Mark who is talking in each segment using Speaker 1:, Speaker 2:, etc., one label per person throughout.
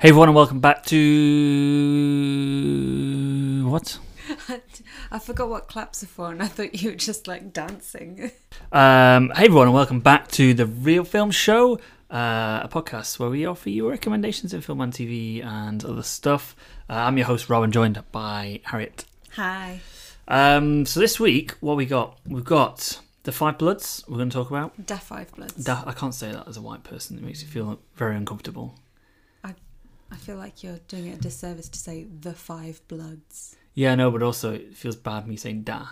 Speaker 1: Hey everyone, and welcome back to what?
Speaker 2: I forgot what claps are for, and I thought you were just like dancing.
Speaker 1: Um, hey everyone, and welcome back to the Real Film Show, uh, a podcast where we offer you recommendations of film and TV and other stuff. Uh, I'm your host Robin, joined by Harriet.
Speaker 2: Hi.
Speaker 1: Um, so this week, what we got? We've got the Five Bloods. We're going to talk about.
Speaker 2: Da Five Bloods.
Speaker 1: Da- I can't say that as a white person. It makes me feel very uncomfortable.
Speaker 2: I feel like you're doing it a disservice to say the Five Bloods.
Speaker 1: Yeah, I know, but also it feels bad me saying da.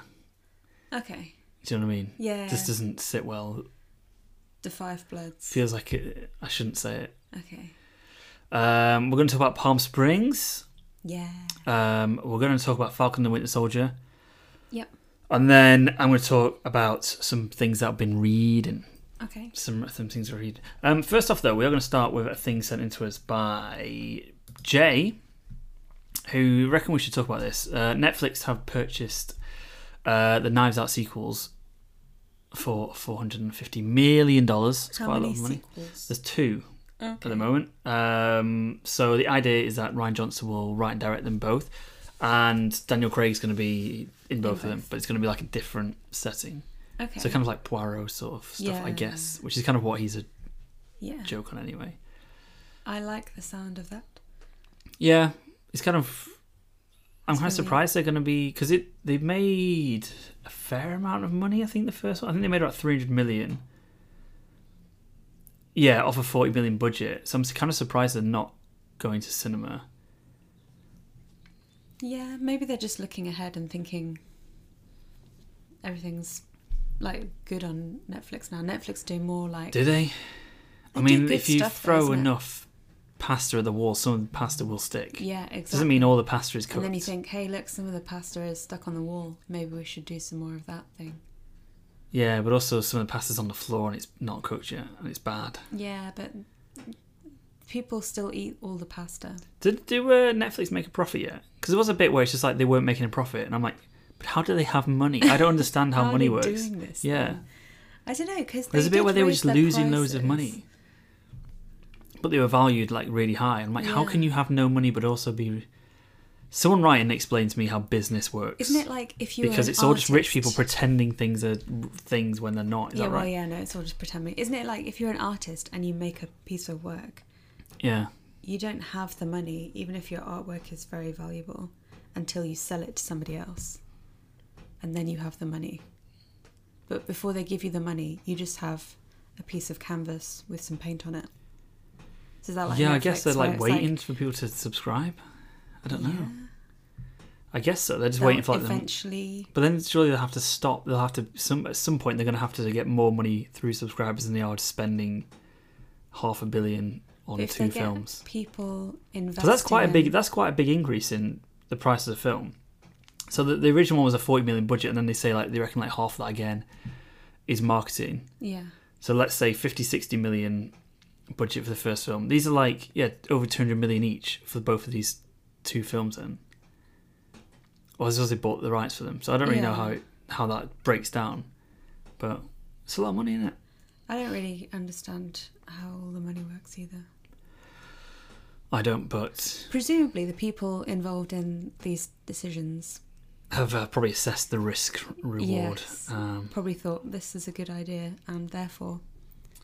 Speaker 2: Okay.
Speaker 1: Do you know what I mean?
Speaker 2: Yeah.
Speaker 1: Just doesn't sit well.
Speaker 2: the Five Bloods.
Speaker 1: Feels like it, I shouldn't say it.
Speaker 2: Okay.
Speaker 1: Um, we're going to talk about Palm Springs.
Speaker 2: Yeah.
Speaker 1: Um, we're going to talk about Falcon and the Winter Soldier.
Speaker 2: Yep.
Speaker 1: And then I'm going to talk about some things that I've been reading.
Speaker 2: Okay.
Speaker 1: Some some things I read. Um, first off, though, we are going to start with a thing sent in to us by Jay, who reckon we should talk about this. Uh, Netflix have purchased uh, the Knives Out sequels for 450 million dollars. It's
Speaker 2: How
Speaker 1: quite a
Speaker 2: many
Speaker 1: lot of money.
Speaker 2: sequels?
Speaker 1: There's two at the moment. Um, so the idea is that Ryan Johnson will write and direct them both, and Daniel Craig's going to be in both of them,
Speaker 2: both.
Speaker 1: but it's going to be like a different setting.
Speaker 2: Okay.
Speaker 1: So kind of like Poirot sort of stuff, I
Speaker 2: Yeah.
Speaker 1: guess, which is kind of what he's a
Speaker 2: yeah.
Speaker 1: joke on anyway.
Speaker 2: I like the sound of that.
Speaker 1: Yeah, it's kind of. I'm kind of
Speaker 2: really-
Speaker 1: surprised they're going to be because it they made a fair amount of money. I think the first one. I think they made about 300 million. Yeah, off a 40 million budget. So I'm kind of surprised they're not going to cinema.
Speaker 2: Yeah. Maybe they're just looking ahead and thinking everything's like good on Netflix now. Netflix do more like.
Speaker 1: Do they? I
Speaker 2: They do
Speaker 1: mean,
Speaker 2: good
Speaker 1: if you
Speaker 2: stuff though,
Speaker 1: throw
Speaker 2: isn't it?
Speaker 1: enough pasta at the wall, some of the pasta will stick.
Speaker 2: yeah. Exactly.
Speaker 1: Doesn't mean all the pasta is cooked.
Speaker 2: And then you think, hey, look, some of the pasta is stuck on the wall. Maybe we should do some more of that thing.
Speaker 1: yeah, but also some of the pasta's on the floor and it's not cooked yet and it's bad.
Speaker 2: Yeah, but people still eat all the pasta.
Speaker 1: Did do uh, Netflix make a profit yet? Because there was a bit where it's just like they weren't making a profit, and I'm like, but how do they have money? I don't understand how,
Speaker 2: How are
Speaker 1: money
Speaker 2: they
Speaker 1: works.
Speaker 2: doing this
Speaker 1: yeah,
Speaker 2: then? I don't know because
Speaker 1: there's a bit where they were just losing loads of money, but they were valued like really high. I'm like, how
Speaker 2: Yeah.
Speaker 1: can you have no money but also be? Someone write and explain to me how business works.
Speaker 2: Isn't it like if you
Speaker 1: because
Speaker 2: were an
Speaker 1: it's all just rich
Speaker 2: artist-
Speaker 1: people pretending things are things when they're not. Is
Speaker 2: yeah,
Speaker 1: that right?
Speaker 2: well, yeah, no, it's all just pretending. Isn't it like if you're an artist and you make a piece of work,
Speaker 1: yeah.
Speaker 2: you don't have the money, even if your artwork is very valuable, until you sell it to somebody else, and then you have the money. But before they give you the money, you just have a piece of canvas with some paint on it. So is that like
Speaker 1: yeah, I guess
Speaker 2: Netflix,
Speaker 1: they're
Speaker 2: where
Speaker 1: like
Speaker 2: it's, like,
Speaker 1: waiting for people to subscribe. I don't know.
Speaker 2: Yeah.
Speaker 1: I guess so. They're just
Speaker 2: they'll
Speaker 1: waiting for like them.
Speaker 2: eventually.
Speaker 1: But then surely they'll have to stop. They'll have to some at some point they're going to have to get more money through subscribers than they are spending half a billion on
Speaker 2: if they
Speaker 1: two
Speaker 2: get
Speaker 1: films.
Speaker 2: people investing.
Speaker 1: So that's quite a big
Speaker 2: in-
Speaker 1: that's quite a big increase in the price of the film. So the, the original one was a forty million budget, and then they say like they reckon like half that again is marketing.
Speaker 2: Yeah,
Speaker 1: So let's say 50, 60 million budget for the first film. These are like yeah over two hundred million each for both of these two films. Then, well, as they bought the rights for them, so I don't really know
Speaker 2: Yeah.
Speaker 1: how it, how that breaks down, but it's a lot of money in it.
Speaker 2: I don't really understand how all the money works either.
Speaker 1: I don't, but
Speaker 2: Presumably, the people involved in these decisions
Speaker 1: have uh, probably assessed the risk reward.
Speaker 2: Yes.
Speaker 1: Um,
Speaker 2: probably thought this is a good idea, and therefore,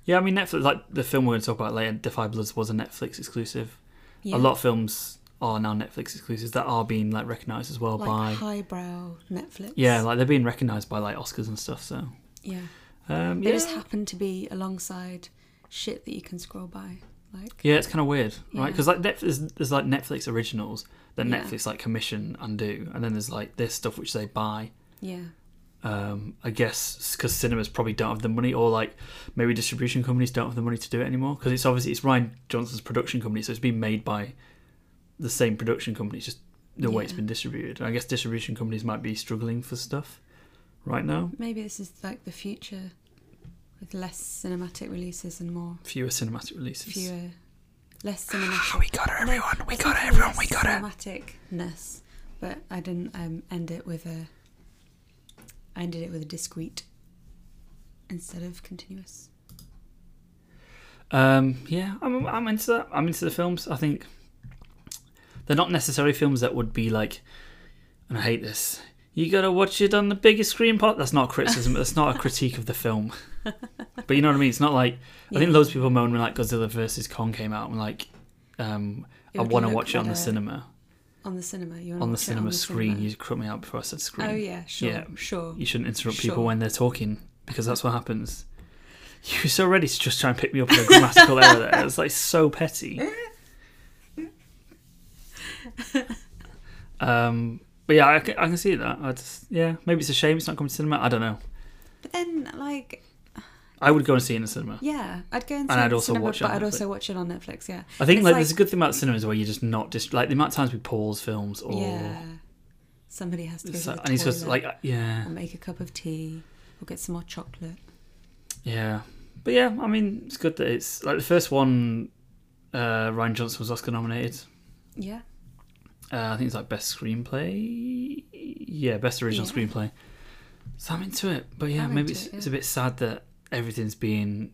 Speaker 1: yeah, I mean Netflix. Like the film we're going to talk about later, Defy Bloods was a Netflix exclusive.
Speaker 2: yeah,
Speaker 1: A lot of films are now Netflix exclusives that are being like recognised as well
Speaker 2: like
Speaker 1: by.
Speaker 2: highbrow Netflix.
Speaker 1: yeah, like they're being recognised by like Oscars and stuff. So
Speaker 2: yeah.
Speaker 1: Um,
Speaker 2: They
Speaker 1: yeah.
Speaker 2: just happen to be alongside shit that you can scroll by, like
Speaker 1: yeah, it's kind of weird, right?
Speaker 2: Yeah.
Speaker 1: Because like Netflix, there's, there's like Netflix originals that
Speaker 2: Yeah.
Speaker 1: Netflix like commission and do, and then there's like this stuff which they buy.
Speaker 2: yeah,
Speaker 1: Um, I guess because cinemas probably don't have the money, or like maybe distribution companies don't have the money to do it anymore. Because it's obviously it's Ryan Johnson's production company, so it's been made by the same production company. It's just the way it's
Speaker 2: Yeah.
Speaker 1: been distributed. And I guess distribution companies might be struggling for stuff right now.
Speaker 2: maybe this is like the future with less cinematic releases and more
Speaker 1: Fewer cinematic releases.
Speaker 2: fewer, less cinematic.
Speaker 1: we got it,
Speaker 2: No,
Speaker 1: everyone. We
Speaker 2: I
Speaker 1: got it,
Speaker 2: said
Speaker 1: everyone.
Speaker 2: less
Speaker 1: We got it.
Speaker 2: Cinematicness, but I didn't um, end it with a. I ended it with a discrete instead of continuous.
Speaker 1: Um, yeah, I'm, I'm into that. I'm into the films. I think They're not necessarily films that would be like, and I hate this. You gotta watch it on the biggest screen. Pot. That's not criticism. that's not a critique of the film. But you know what I mean. It's not like I think
Speaker 2: Yeah.
Speaker 1: loads of people moan when like Godzilla versus Kong came out and like, um,
Speaker 2: It
Speaker 1: I
Speaker 2: would
Speaker 1: want to
Speaker 2: look
Speaker 1: watch it on the
Speaker 2: better
Speaker 1: cinema,
Speaker 2: on the cinema. You wanna
Speaker 1: on the
Speaker 2: watch it
Speaker 1: cinema screen.
Speaker 2: cinema.
Speaker 1: You cut me out before I said screen.
Speaker 2: Oh yeah, sure,
Speaker 1: Yeah.
Speaker 2: sure.
Speaker 1: You shouldn't interrupt people
Speaker 2: Sure.
Speaker 1: when they're talking because that's what happens. You were so ready to just try and pick me up with a grammatical error there. It's like so petty.
Speaker 2: Eh?
Speaker 1: Um, but yeah, I can, I can see that. I just, yeah, maybe it's a shame it's not coming to cinema. I don't know.
Speaker 2: But then, like,
Speaker 1: I would go and see it in the cinema.
Speaker 2: yeah, I'd go and
Speaker 1: And
Speaker 2: see it
Speaker 1: I'd
Speaker 2: at the
Speaker 1: also
Speaker 2: cinema,
Speaker 1: watch it
Speaker 2: but
Speaker 1: on
Speaker 2: I'd
Speaker 1: Netflix.
Speaker 2: also watch it on Netflix. Yeah,
Speaker 1: I think like,
Speaker 2: It's like-
Speaker 1: there's a good thing about cinemas where you're just not just like the amount of times we pause films or
Speaker 2: yeah. Somebody has to go
Speaker 1: it's
Speaker 2: to
Speaker 1: like-
Speaker 2: the
Speaker 1: I need to
Speaker 2: toilet,
Speaker 1: just, like uh, yeah
Speaker 2: or make a cup of tea, or get some more chocolate.
Speaker 1: yeah. But yeah, I mean it's good that it's like the first one. Uh, Ryan Johnson was Oscar nominated.
Speaker 2: Yeah,
Speaker 1: Uh, I think it's like best screenplay. Yeah, best original
Speaker 2: Yeah.
Speaker 1: screenplay. So I'm into it, but yeah,
Speaker 2: I'm
Speaker 1: maybe
Speaker 2: into
Speaker 1: it's,
Speaker 2: it, yeah.
Speaker 1: it's a bit sad that everything's being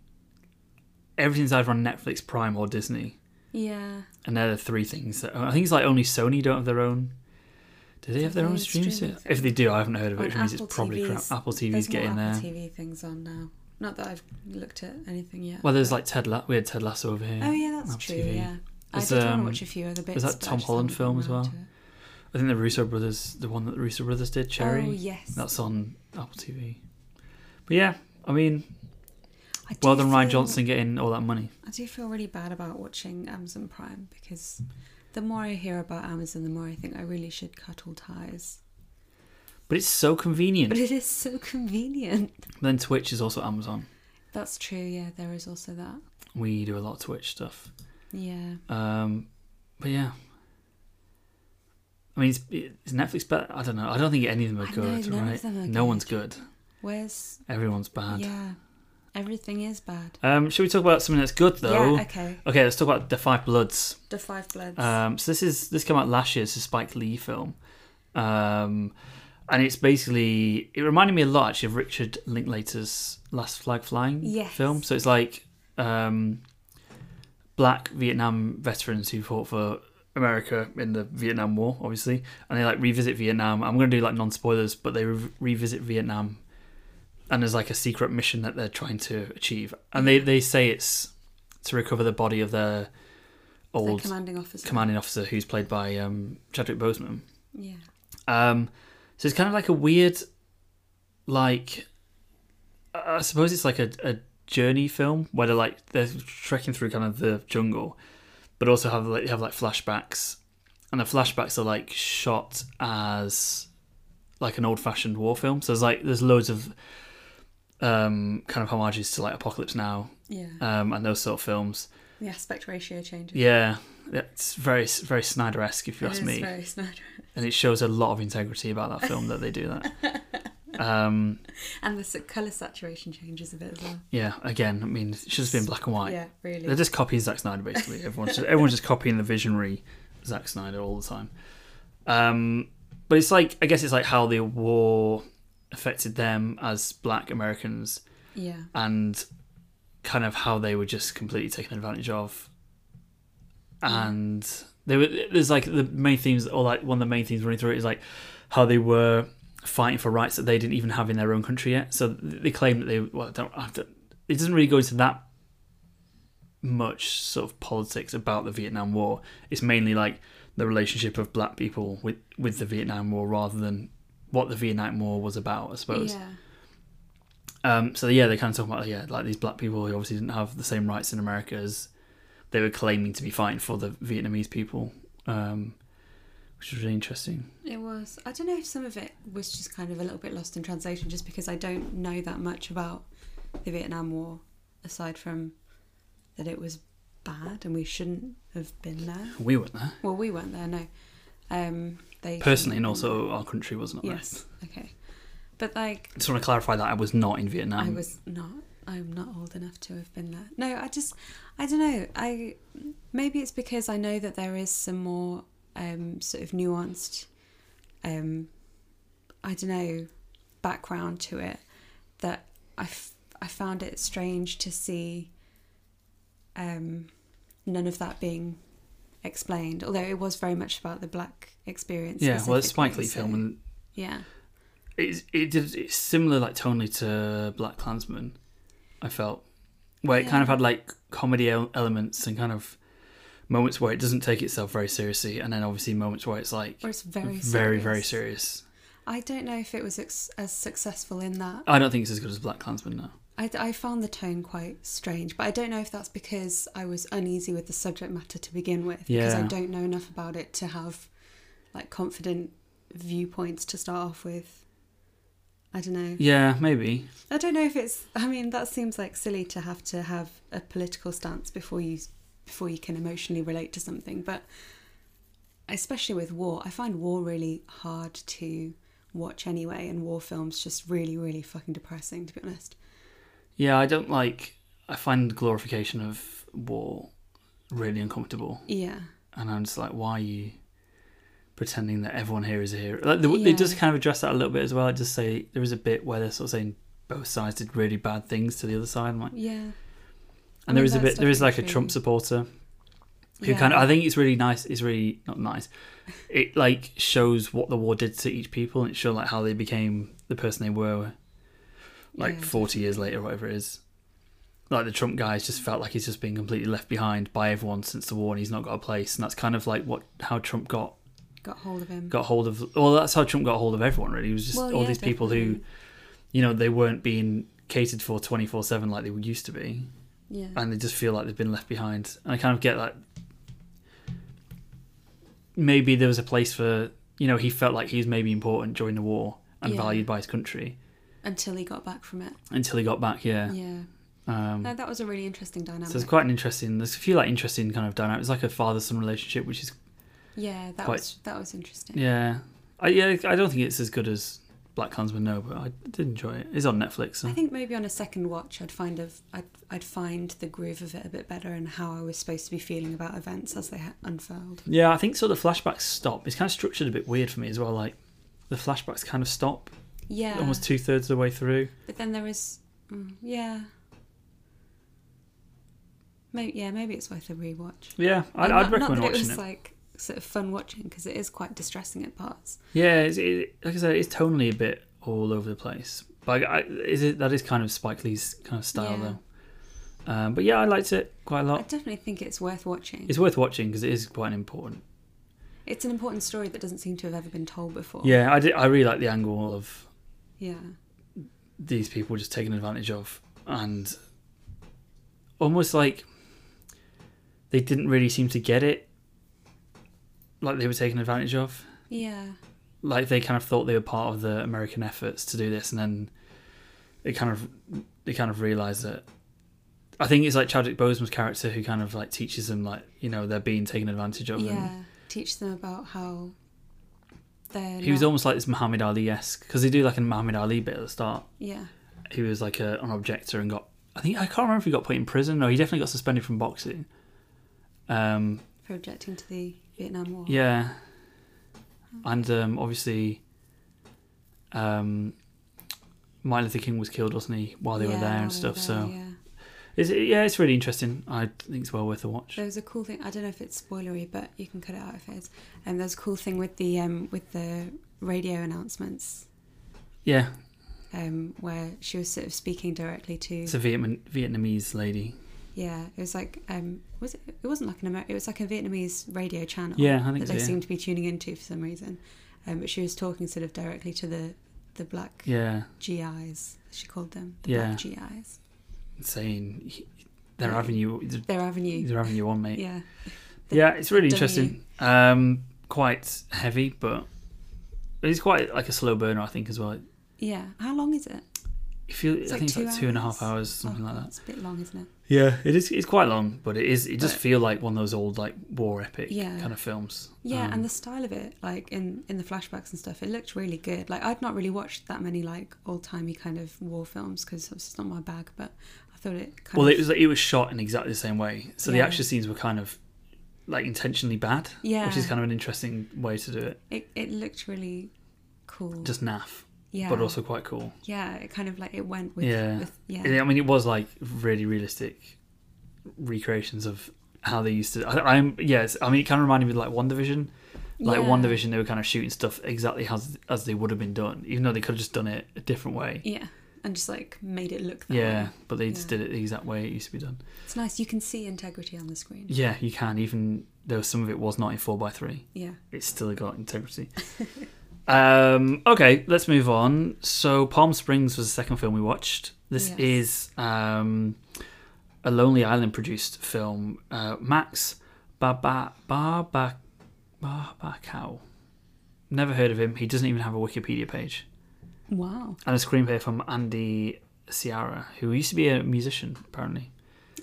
Speaker 1: everything's either on Netflix, Prime, or Disney,
Speaker 2: yeah.
Speaker 1: and they're the three things that I think it's like only Sony don't have their own. Do they have their
Speaker 2: Their
Speaker 1: own
Speaker 2: own
Speaker 1: streaming?
Speaker 2: streaming
Speaker 1: service? If they do, I haven't heard of it,
Speaker 2: On
Speaker 1: which means it's
Speaker 2: Apple
Speaker 1: probably crap.
Speaker 2: TVs.
Speaker 1: Apple TV's
Speaker 2: There's
Speaker 1: getting
Speaker 2: more
Speaker 1: there.
Speaker 2: Apple TV things on now. Not that I've looked at anything yet.
Speaker 1: Well, there's like Ted. La- we had Ted Lasso over here.
Speaker 2: oh yeah, that's
Speaker 1: Apple
Speaker 2: true.
Speaker 1: TV.
Speaker 2: Yeah,
Speaker 1: There's,
Speaker 2: I did want
Speaker 1: um,
Speaker 2: to watch a few other bits.
Speaker 1: that
Speaker 2: but
Speaker 1: Tom
Speaker 2: I just haven't
Speaker 1: Holland
Speaker 2: gotten
Speaker 1: film as
Speaker 2: round
Speaker 1: well?
Speaker 2: to it.
Speaker 1: I think the Russo brothers, the one that the Russo brothers did, Cherry.
Speaker 2: Oh yes,
Speaker 1: That's on Apple TV. But yeah, I mean,
Speaker 2: I do
Speaker 1: well done, Ryan
Speaker 2: feel-
Speaker 1: Johnson, getting all that money.
Speaker 2: I do feel really bad about watching Amazon Prime because the more I hear about Amazon, the more I think I really should cut all ties.
Speaker 1: But it's so convenient.
Speaker 2: But it is so convenient.
Speaker 1: then Twitch is also Amazon.
Speaker 2: That's true. Yeah, there is also that.
Speaker 1: We do a lot of Twitch stuff.
Speaker 2: Yeah.
Speaker 1: Um, but yeah. I mean, it's, it's Netflix better. I don't know. I don't think any of them are
Speaker 2: I know,
Speaker 1: good,
Speaker 2: none of
Speaker 1: right?
Speaker 2: them
Speaker 1: no
Speaker 2: are good.
Speaker 1: one's good.
Speaker 2: Where's
Speaker 1: Everyone's bad.
Speaker 2: yeah? Everything is bad.
Speaker 1: Um, should we talk about something that's good though?
Speaker 2: Yeah. Okay.
Speaker 1: okay, let's talk about The Five Bloods.
Speaker 2: The Five Bloods.
Speaker 1: Um, so this is this came out last year. It's a Spike Lee film, um, and it's basically it reminded me a lot actually of Richard Linklater's Last Flag Flying
Speaker 2: Yes.
Speaker 1: film. So it's like um, black Vietnam veterans who fought for America in the Vietnam War, obviously, and they like revisit Vietnam. I'm gonna do like non spoilers, but they re- revisit Vietnam, and there's like a secret mission that they're trying to achieve, and they they say it's to recover the body of their
Speaker 2: the
Speaker 1: old
Speaker 2: commanding officer.
Speaker 1: commanding officer who's played by um, Chadwick Boseman.
Speaker 2: Yeah.
Speaker 1: Um, so it's kind of like a weird, like, I I suppose it's like a, a journey film where they're like they're trekking through kind of the jungle, but also have like have like flashbacks, and the flashbacks are like shot as like an old fashioned war film. So there's like there's loads of um, kind of homages to like Apocalypse Now
Speaker 2: Yeah.
Speaker 1: um, and those sort of films.
Speaker 2: the aspect ratio changes.
Speaker 1: Yeah, it's very very Snyder-esque if you ask me
Speaker 2: Very Snyder.
Speaker 1: and it shows a lot of integrity about that film that they do that. Um,
Speaker 2: And the color saturation changes a bit as well.
Speaker 1: yeah, again, I mean, it should have been black and white.
Speaker 2: Yeah, really.
Speaker 1: They're just copying Zack Snyder basically. Everyone's just, everyone's just copying the visionary Zack Snyder all the time. Um, but it's like I guess it's like how the war affected them as Black Americans
Speaker 2: yeah.
Speaker 1: and kind of how they were just completely taken advantage of. And they were there's like the main themes or like one of the main themes running through it is like how they were fighting for rights that they didn't even have in their own country yet. So they claim that they well I don't, I don't it doesn't really go into that much sort of politics about the Vietnam War. It's mainly like the relationship of black people with with the Vietnam War rather than what the Vietnam War was about, I suppose.
Speaker 2: Yeah.
Speaker 1: Um, so yeah, they kind of talk about yeah, like these black people who obviously didn't have the same rights in America as they were claiming to be fighting for the Vietnamese people, um, which is really interesting.
Speaker 2: It was. I don't know if some of it was just kind of a little bit lost in translation, just because I don't know that much about the Vietnam War, aside from that it was bad and we shouldn't have been there.
Speaker 1: We weren't there
Speaker 2: Well, we weren't there, no. Um, they
Speaker 1: personally, and
Speaker 2: shouldn't have
Speaker 1: also our country was not
Speaker 2: been there.
Speaker 1: there.
Speaker 2: Yes. Okay. But like,
Speaker 1: I just want to clarify that I was not in Vietnam.
Speaker 2: I was not. I'm not old enough to have been there. No, I just, I don't know. I maybe it's because I know that there is some more um, sort of nuanced, um, I don't know, background to it that I, f- I found it strange to see um, none of that being explained, although it was very much about the black experience.
Speaker 1: Yeah, well, it's a Spike
Speaker 2: specifically,
Speaker 1: Lee
Speaker 2: so-
Speaker 1: film, and
Speaker 2: Yeah,
Speaker 1: it's, it did, it's similar, like tonally to Black Klansman. I felt where it kind of had like comedy el- elements and kind of moments where it doesn't take itself very seriously, and then obviously moments where it's like
Speaker 2: or it's very,
Speaker 1: very, very serious.
Speaker 2: I don't know if it was ex- as successful in that.
Speaker 1: I don't think it's as good as Black Klansman now.
Speaker 2: I, I found the tone quite strange, but I don't know if that's because I was uneasy with the subject matter to begin with, because I
Speaker 1: Yeah.
Speaker 2: don't know enough about it to have like confident viewpoints to start off with. I don't know.
Speaker 1: Yeah, maybe.
Speaker 2: I don't know if it's. I mean, that seems like silly to have to have a political stance before you before you can emotionally relate to something. But especially with war, I find war really hard to watch anyway, and war films just really, really fucking depressing. To be honest,
Speaker 1: Yeah, I don't like. I find the glorification of war really uncomfortable,
Speaker 2: yeah,
Speaker 1: and I'm just like, why are you pretending that everyone here is a hero? Like, the,
Speaker 2: Yeah.
Speaker 1: it does kind of address that a little bit as well. It does say there is a bit where they're sort of saying both sides did really bad things to the other side, I'm like, and
Speaker 2: yeah. I
Speaker 1: there
Speaker 2: mean,
Speaker 1: is a
Speaker 2: that
Speaker 1: bit. There
Speaker 2: stuff
Speaker 1: is like a
Speaker 2: intrigues me.
Speaker 1: Trump supporter who
Speaker 2: Yeah.
Speaker 1: kind of. I think it's really nice. It's really not nice. It like shows what the war did to each people, and it shows like how they became the person they were like
Speaker 2: Yeah.
Speaker 1: 40 years later, whatever it is. Like the Trump guy's just felt like he's just been completely left behind by everyone since the war, and he's not got a place. And that's kind of like what how Trump got
Speaker 2: got hold of him.
Speaker 1: got hold of. Well, that's how Trump got hold of everyone. Really, he was just
Speaker 2: Well,
Speaker 1: all
Speaker 2: yeah,
Speaker 1: these people who,
Speaker 2: definitely.
Speaker 1: you know, they weren't being catered for twenty four seven like they used to be,
Speaker 2: yeah,
Speaker 1: and they just feel like they've been left behind. And I kind of get that. Maybe there was a place for you know he felt like he was maybe important during the war and
Speaker 2: Yeah.
Speaker 1: valued by his country
Speaker 2: until he got back from it.
Speaker 1: until he got back. Yeah.
Speaker 2: Yeah,
Speaker 1: Um,
Speaker 2: no, that was a really interesting dynamic.
Speaker 1: So it's quite an interesting. There's a few like interesting kind of dynamics, like a father-son relationship, which is
Speaker 2: yeah, that
Speaker 1: quite-
Speaker 2: was that was interesting.
Speaker 1: yeah. I yeah, I don't think it's as good as Black Klansman, no, but I did enjoy it. It's on Netflix. So.
Speaker 2: I think maybe on a second watch, I'd find of I'd, I'd find the groove of it a bit better and how I was supposed to be feeling about events as they ha- unfurled.
Speaker 1: yeah, I think sort of the flashbacks stop. It's kind of structured a bit weird for me as well. Like the flashbacks kind of stop
Speaker 2: Yeah,
Speaker 1: almost two thirds of the way through.
Speaker 2: but then there is, mm, yeah, maybe yeah, maybe it's worth a rewatch.
Speaker 1: Yeah, I'd,
Speaker 2: And not-
Speaker 1: I'd
Speaker 2: not
Speaker 1: recommend
Speaker 2: that it
Speaker 1: watching
Speaker 2: was
Speaker 1: it.
Speaker 2: like sort of fun watching because it is quite distressing at parts.
Speaker 1: Yeah, it's, it, like I said, it's tonally a bit all over the place. But I, I, is it that is kind of Spike Lee's kind of style
Speaker 2: Yeah.
Speaker 1: though. Um, but yeah, I liked it quite a
Speaker 2: I
Speaker 1: lot.
Speaker 2: definitely think it's worth watching.
Speaker 1: It's worth watching because it Oh. is quite an important
Speaker 2: It's an important story that doesn't seem to have ever been told before.
Speaker 1: Yeah, I, did, I really like the angle of
Speaker 2: yeah,
Speaker 1: these people just taken advantage of and almost like they didn't really seem to get it. Like they were taken advantage of.
Speaker 2: yeah.
Speaker 1: Like they kind of thought they were part of the American efforts to do this and then they kind of they kind of realised that I think it's like Chadwick Boseman's character who kind of like teaches them like, you know, they're being taken advantage of and
Speaker 2: yeah. Teach them about how they're.
Speaker 1: he was
Speaker 2: not-
Speaker 1: almost like this Muhammad Ali esque because they do like a Muhammad Ali bit at the start.
Speaker 2: yeah.
Speaker 1: who was like a, an objector and got I think I can't remember if he got put in prison or he definitely got suspended from boxing. Um,
Speaker 2: for objecting to the Vietnam War.
Speaker 1: yeah, and um, obviously, um, Martin Luther King was killed, wasn't he, while they
Speaker 2: Yeah,
Speaker 1: were there
Speaker 2: while
Speaker 1: and
Speaker 2: they
Speaker 1: stuff.
Speaker 2: were
Speaker 1: so
Speaker 2: there, yeah.
Speaker 1: it's, yeah, it's really interesting. I think it's well worth a watch.
Speaker 2: there was a cool thing. I don't know if it's spoilery, but you can cut it out if it is. And there's a cool thing with the um, with the radio announcements
Speaker 1: Yeah,
Speaker 2: um, where she was sort of speaking directly to.
Speaker 1: it's a Vietnam, Vietnamese lady.
Speaker 2: yeah, it was like um, was it? It wasn't like an Amer- It was like a Vietnamese radio channel.
Speaker 1: Yeah, I think
Speaker 2: that
Speaker 1: so,
Speaker 2: they
Speaker 1: yeah.
Speaker 2: seemed to be tuning into for some reason. Um, but she was talking sort of directly to the the black
Speaker 1: Yeah,
Speaker 2: GIs. She called them the
Speaker 1: Yeah.
Speaker 2: black GIs.
Speaker 1: saying he- they're having you,
Speaker 2: Their avenue.
Speaker 1: they're having you on, mate.
Speaker 2: Yeah. The
Speaker 1: yeah, it's really
Speaker 2: dummy.
Speaker 1: interesting. Um, quite heavy, but it's quite like a slow burner, I think, as well.
Speaker 2: Yeah. How long is it?
Speaker 1: If you, I
Speaker 2: like
Speaker 1: think it's
Speaker 2: two
Speaker 1: like two and a half
Speaker 2: hours?
Speaker 1: hours, something like that.
Speaker 2: Oh,
Speaker 1: Um,
Speaker 2: It's a bit long, isn't it?
Speaker 1: Yeah, it is. It's quite long, but it is. It does
Speaker 2: But-
Speaker 1: feel like one of those old like war epic
Speaker 2: Yeah.
Speaker 1: kind of films.
Speaker 2: Yeah,
Speaker 1: Um,
Speaker 2: and the style of it, like in in the flashbacks and stuff, it looked really good. Like I'd not really watched that many like old timey kind of war films because it's not my bag, but I thought it kind
Speaker 1: well,
Speaker 2: of
Speaker 1: it was it was shot in exactly the same way, so the
Speaker 2: Yeah.
Speaker 1: action scenes were kind of like intentionally bad,
Speaker 2: yeah,
Speaker 1: which is kind of an interesting way to do it.
Speaker 2: it it looked really cool.
Speaker 1: Just naff,
Speaker 2: yeah,
Speaker 1: but also quite cool.
Speaker 2: yeah, it kind of like it went with
Speaker 1: Yeah.
Speaker 2: with, yeah.
Speaker 1: I mean, it was like really realistic recreations of how they used to. I, I'm yes. I mean, it kind of reminded me of like One Division. Like
Speaker 2: Yeah.
Speaker 1: One Division, they were kind of shooting stuff exactly as as they would have been done, even though they could have just done it a different way.
Speaker 2: Yeah, and just like made it look that
Speaker 1: Yeah,
Speaker 2: way.
Speaker 1: but they just
Speaker 2: Um, Yeah.
Speaker 1: did it the exact way it used to be done.
Speaker 2: It's nice. You can see integrity on the screen.
Speaker 1: Yeah, you can even though some of it was not in four x three.
Speaker 2: Yeah.
Speaker 1: It's still got integrity. um, okay, let's move on. So, Palm Springs was the second film we watched. This
Speaker 2: Yes.
Speaker 1: is um, a Lonely Island produced film. Uh, Max Baba Baba Barbacow. Never heard of him. He doesn't even have a Wikipedia page.
Speaker 2: Wow.
Speaker 1: And a screenplay from Andy Ciara, who used to be a musician apparently.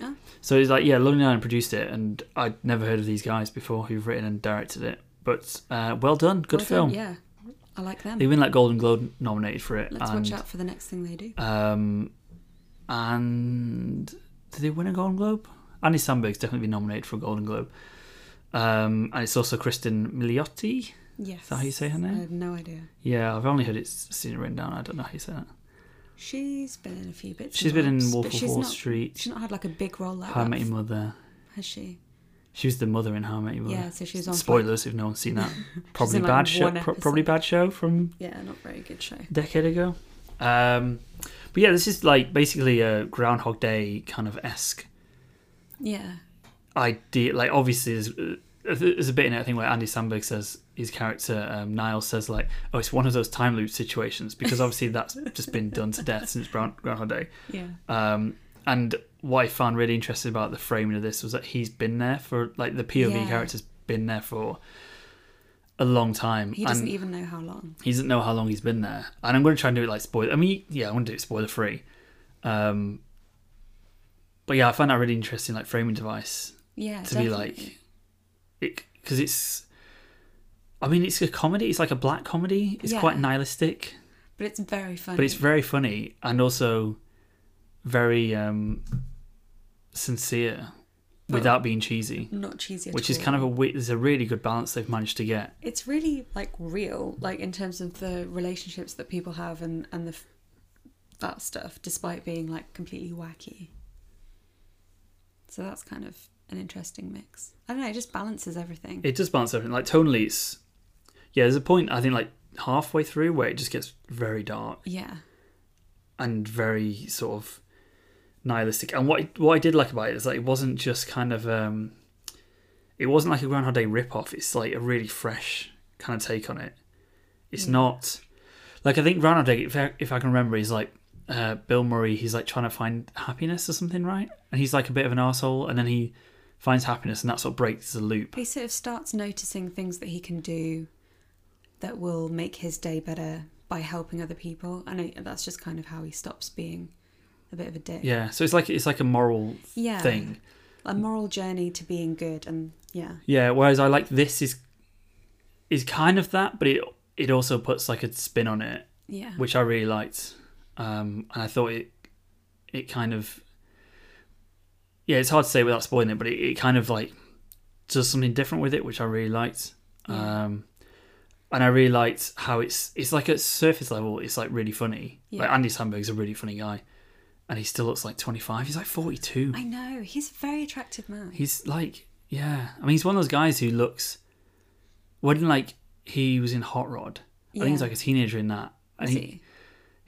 Speaker 2: Oh.
Speaker 1: So he's like, yeah, Lonely Island produced it, and I'd never heard of these guys before who've written and directed it. But uh, well done, good
Speaker 2: Well done,
Speaker 1: film.
Speaker 2: Yeah, I like them.
Speaker 1: They win like Golden Globe nominated for it,
Speaker 2: Let's
Speaker 1: and
Speaker 2: watch out for the next thing they do.
Speaker 1: um, and did they win a Golden Globe? Andy Sandberg's definitely been nominated for a Golden Globe, um, and it's also Kristen Milioti.
Speaker 2: Yes.
Speaker 1: Is that how you say her name?
Speaker 2: I have no idea.
Speaker 1: Yeah, I've only heard it seen it written down. I don't know how you say that.
Speaker 2: She's been in a few bits.
Speaker 1: She's
Speaker 2: and
Speaker 1: been in
Speaker 2: bobs,
Speaker 1: Wolf
Speaker 2: but
Speaker 1: of
Speaker 2: she's
Speaker 1: Wall
Speaker 2: not,
Speaker 1: Street,
Speaker 2: She's not had like a big role like
Speaker 1: How I
Speaker 2: that,
Speaker 1: Met Your Mother.
Speaker 2: has she?
Speaker 1: She was the mother in How I Met Your Mother.
Speaker 2: Yeah, so she was on for, like-
Speaker 1: Spoilers if no one's seen that. Probably
Speaker 2: in, like,
Speaker 1: bad show.
Speaker 2: one
Speaker 1: pro- probably
Speaker 2: episode.
Speaker 1: bad show from
Speaker 2: Yeah, not very good show.
Speaker 1: a decade ago. Um, but yeah, this is like basically a Groundhog Day kind of esque
Speaker 2: Yeah,
Speaker 1: idea. Like obviously, there's, uh, there's a bit in it I think where Andy Sandberg says his character um, Niall says like, "Oh, it's one of those time loop situations," because obviously that's just been done to death since Brown- Groundhog Day.
Speaker 2: yeah,
Speaker 1: Um, and what I found really interesting about the framing of this was that he's been there for like the POV
Speaker 2: Yeah.
Speaker 1: character's been there for a long time.
Speaker 2: he doesn't
Speaker 1: and
Speaker 2: e- even know how long.
Speaker 1: he doesn't know how long he's been there. And I'm going to try and do it like spoiler. I mean, yeah, I want to do it spoiler free. Um, but yeah, I find that really interesting, like framing device to
Speaker 2: Yeah, Uh, definitely.
Speaker 1: be like it because it's. I mean, it's a comedy. It's like a black comedy. It's
Speaker 2: Yeah.
Speaker 1: quite nihilistic
Speaker 2: but it's very funny.
Speaker 1: but it's very funny and also very um, sincere
Speaker 2: But-
Speaker 1: without being cheesy,
Speaker 2: not cheesy at
Speaker 1: which is
Speaker 2: all.
Speaker 1: kind of a we- there's a really good balance they've managed to get.
Speaker 2: it's really like real, like in terms of the relationships that people have and and the f- that stuff, despite being like completely wacky. So that's kind of an interesting mix. I don't know. It just balances everything.
Speaker 1: It does balance everything. Like tonally, it's yeah. There's a point I think like halfway through where it just gets very dark
Speaker 2: yeah,
Speaker 1: and very sort of nihilistic. And what what I did like about it is that it wasn't just kind of um, it wasn't like a Groundhog Day rip off. It's like a really fresh kind of take on it. It's not like I think Groundhog Day, if I, if I can remember, is like uh, Bill Murray. He's like trying to find happiness or something, right? And he's like a bit of an asshole, and then he finds happiness, and that sort of breaks the loop.
Speaker 2: he sort of starts noticing things that he can do that will make his day better by helping other people. I know that's just kind of how he stops being a bit of a dick.
Speaker 1: Yeah, so it's like it's like a moral
Speaker 2: Yeah.
Speaker 1: thing.
Speaker 2: A moral journey to being good, and yeah,
Speaker 1: Yeah, whereas I like this is is kind of that, but it it also puts like a spin on it,
Speaker 2: yeah,
Speaker 1: which I really liked, um, and I thought it it kind of yeah, it's hard to say without spoiling it, but it, it kind of like does something different with it, which I really liked,
Speaker 2: Yeah.
Speaker 1: um, and I really liked how it's it's like at surface level, it's like really funny. Like
Speaker 2: Yeah.
Speaker 1: Andy Sandberg's a really funny guy, and he still looks like twenty five. He's like forty two.
Speaker 2: I know he's a very attractive man.
Speaker 1: He's like, yeah. I mean, he's one of those guys who looks. When like he was in Hot Rod, I think he's
Speaker 2: Yeah.
Speaker 1: like a teenager in that. And
Speaker 2: Is
Speaker 1: he- eh,
Speaker 2: he?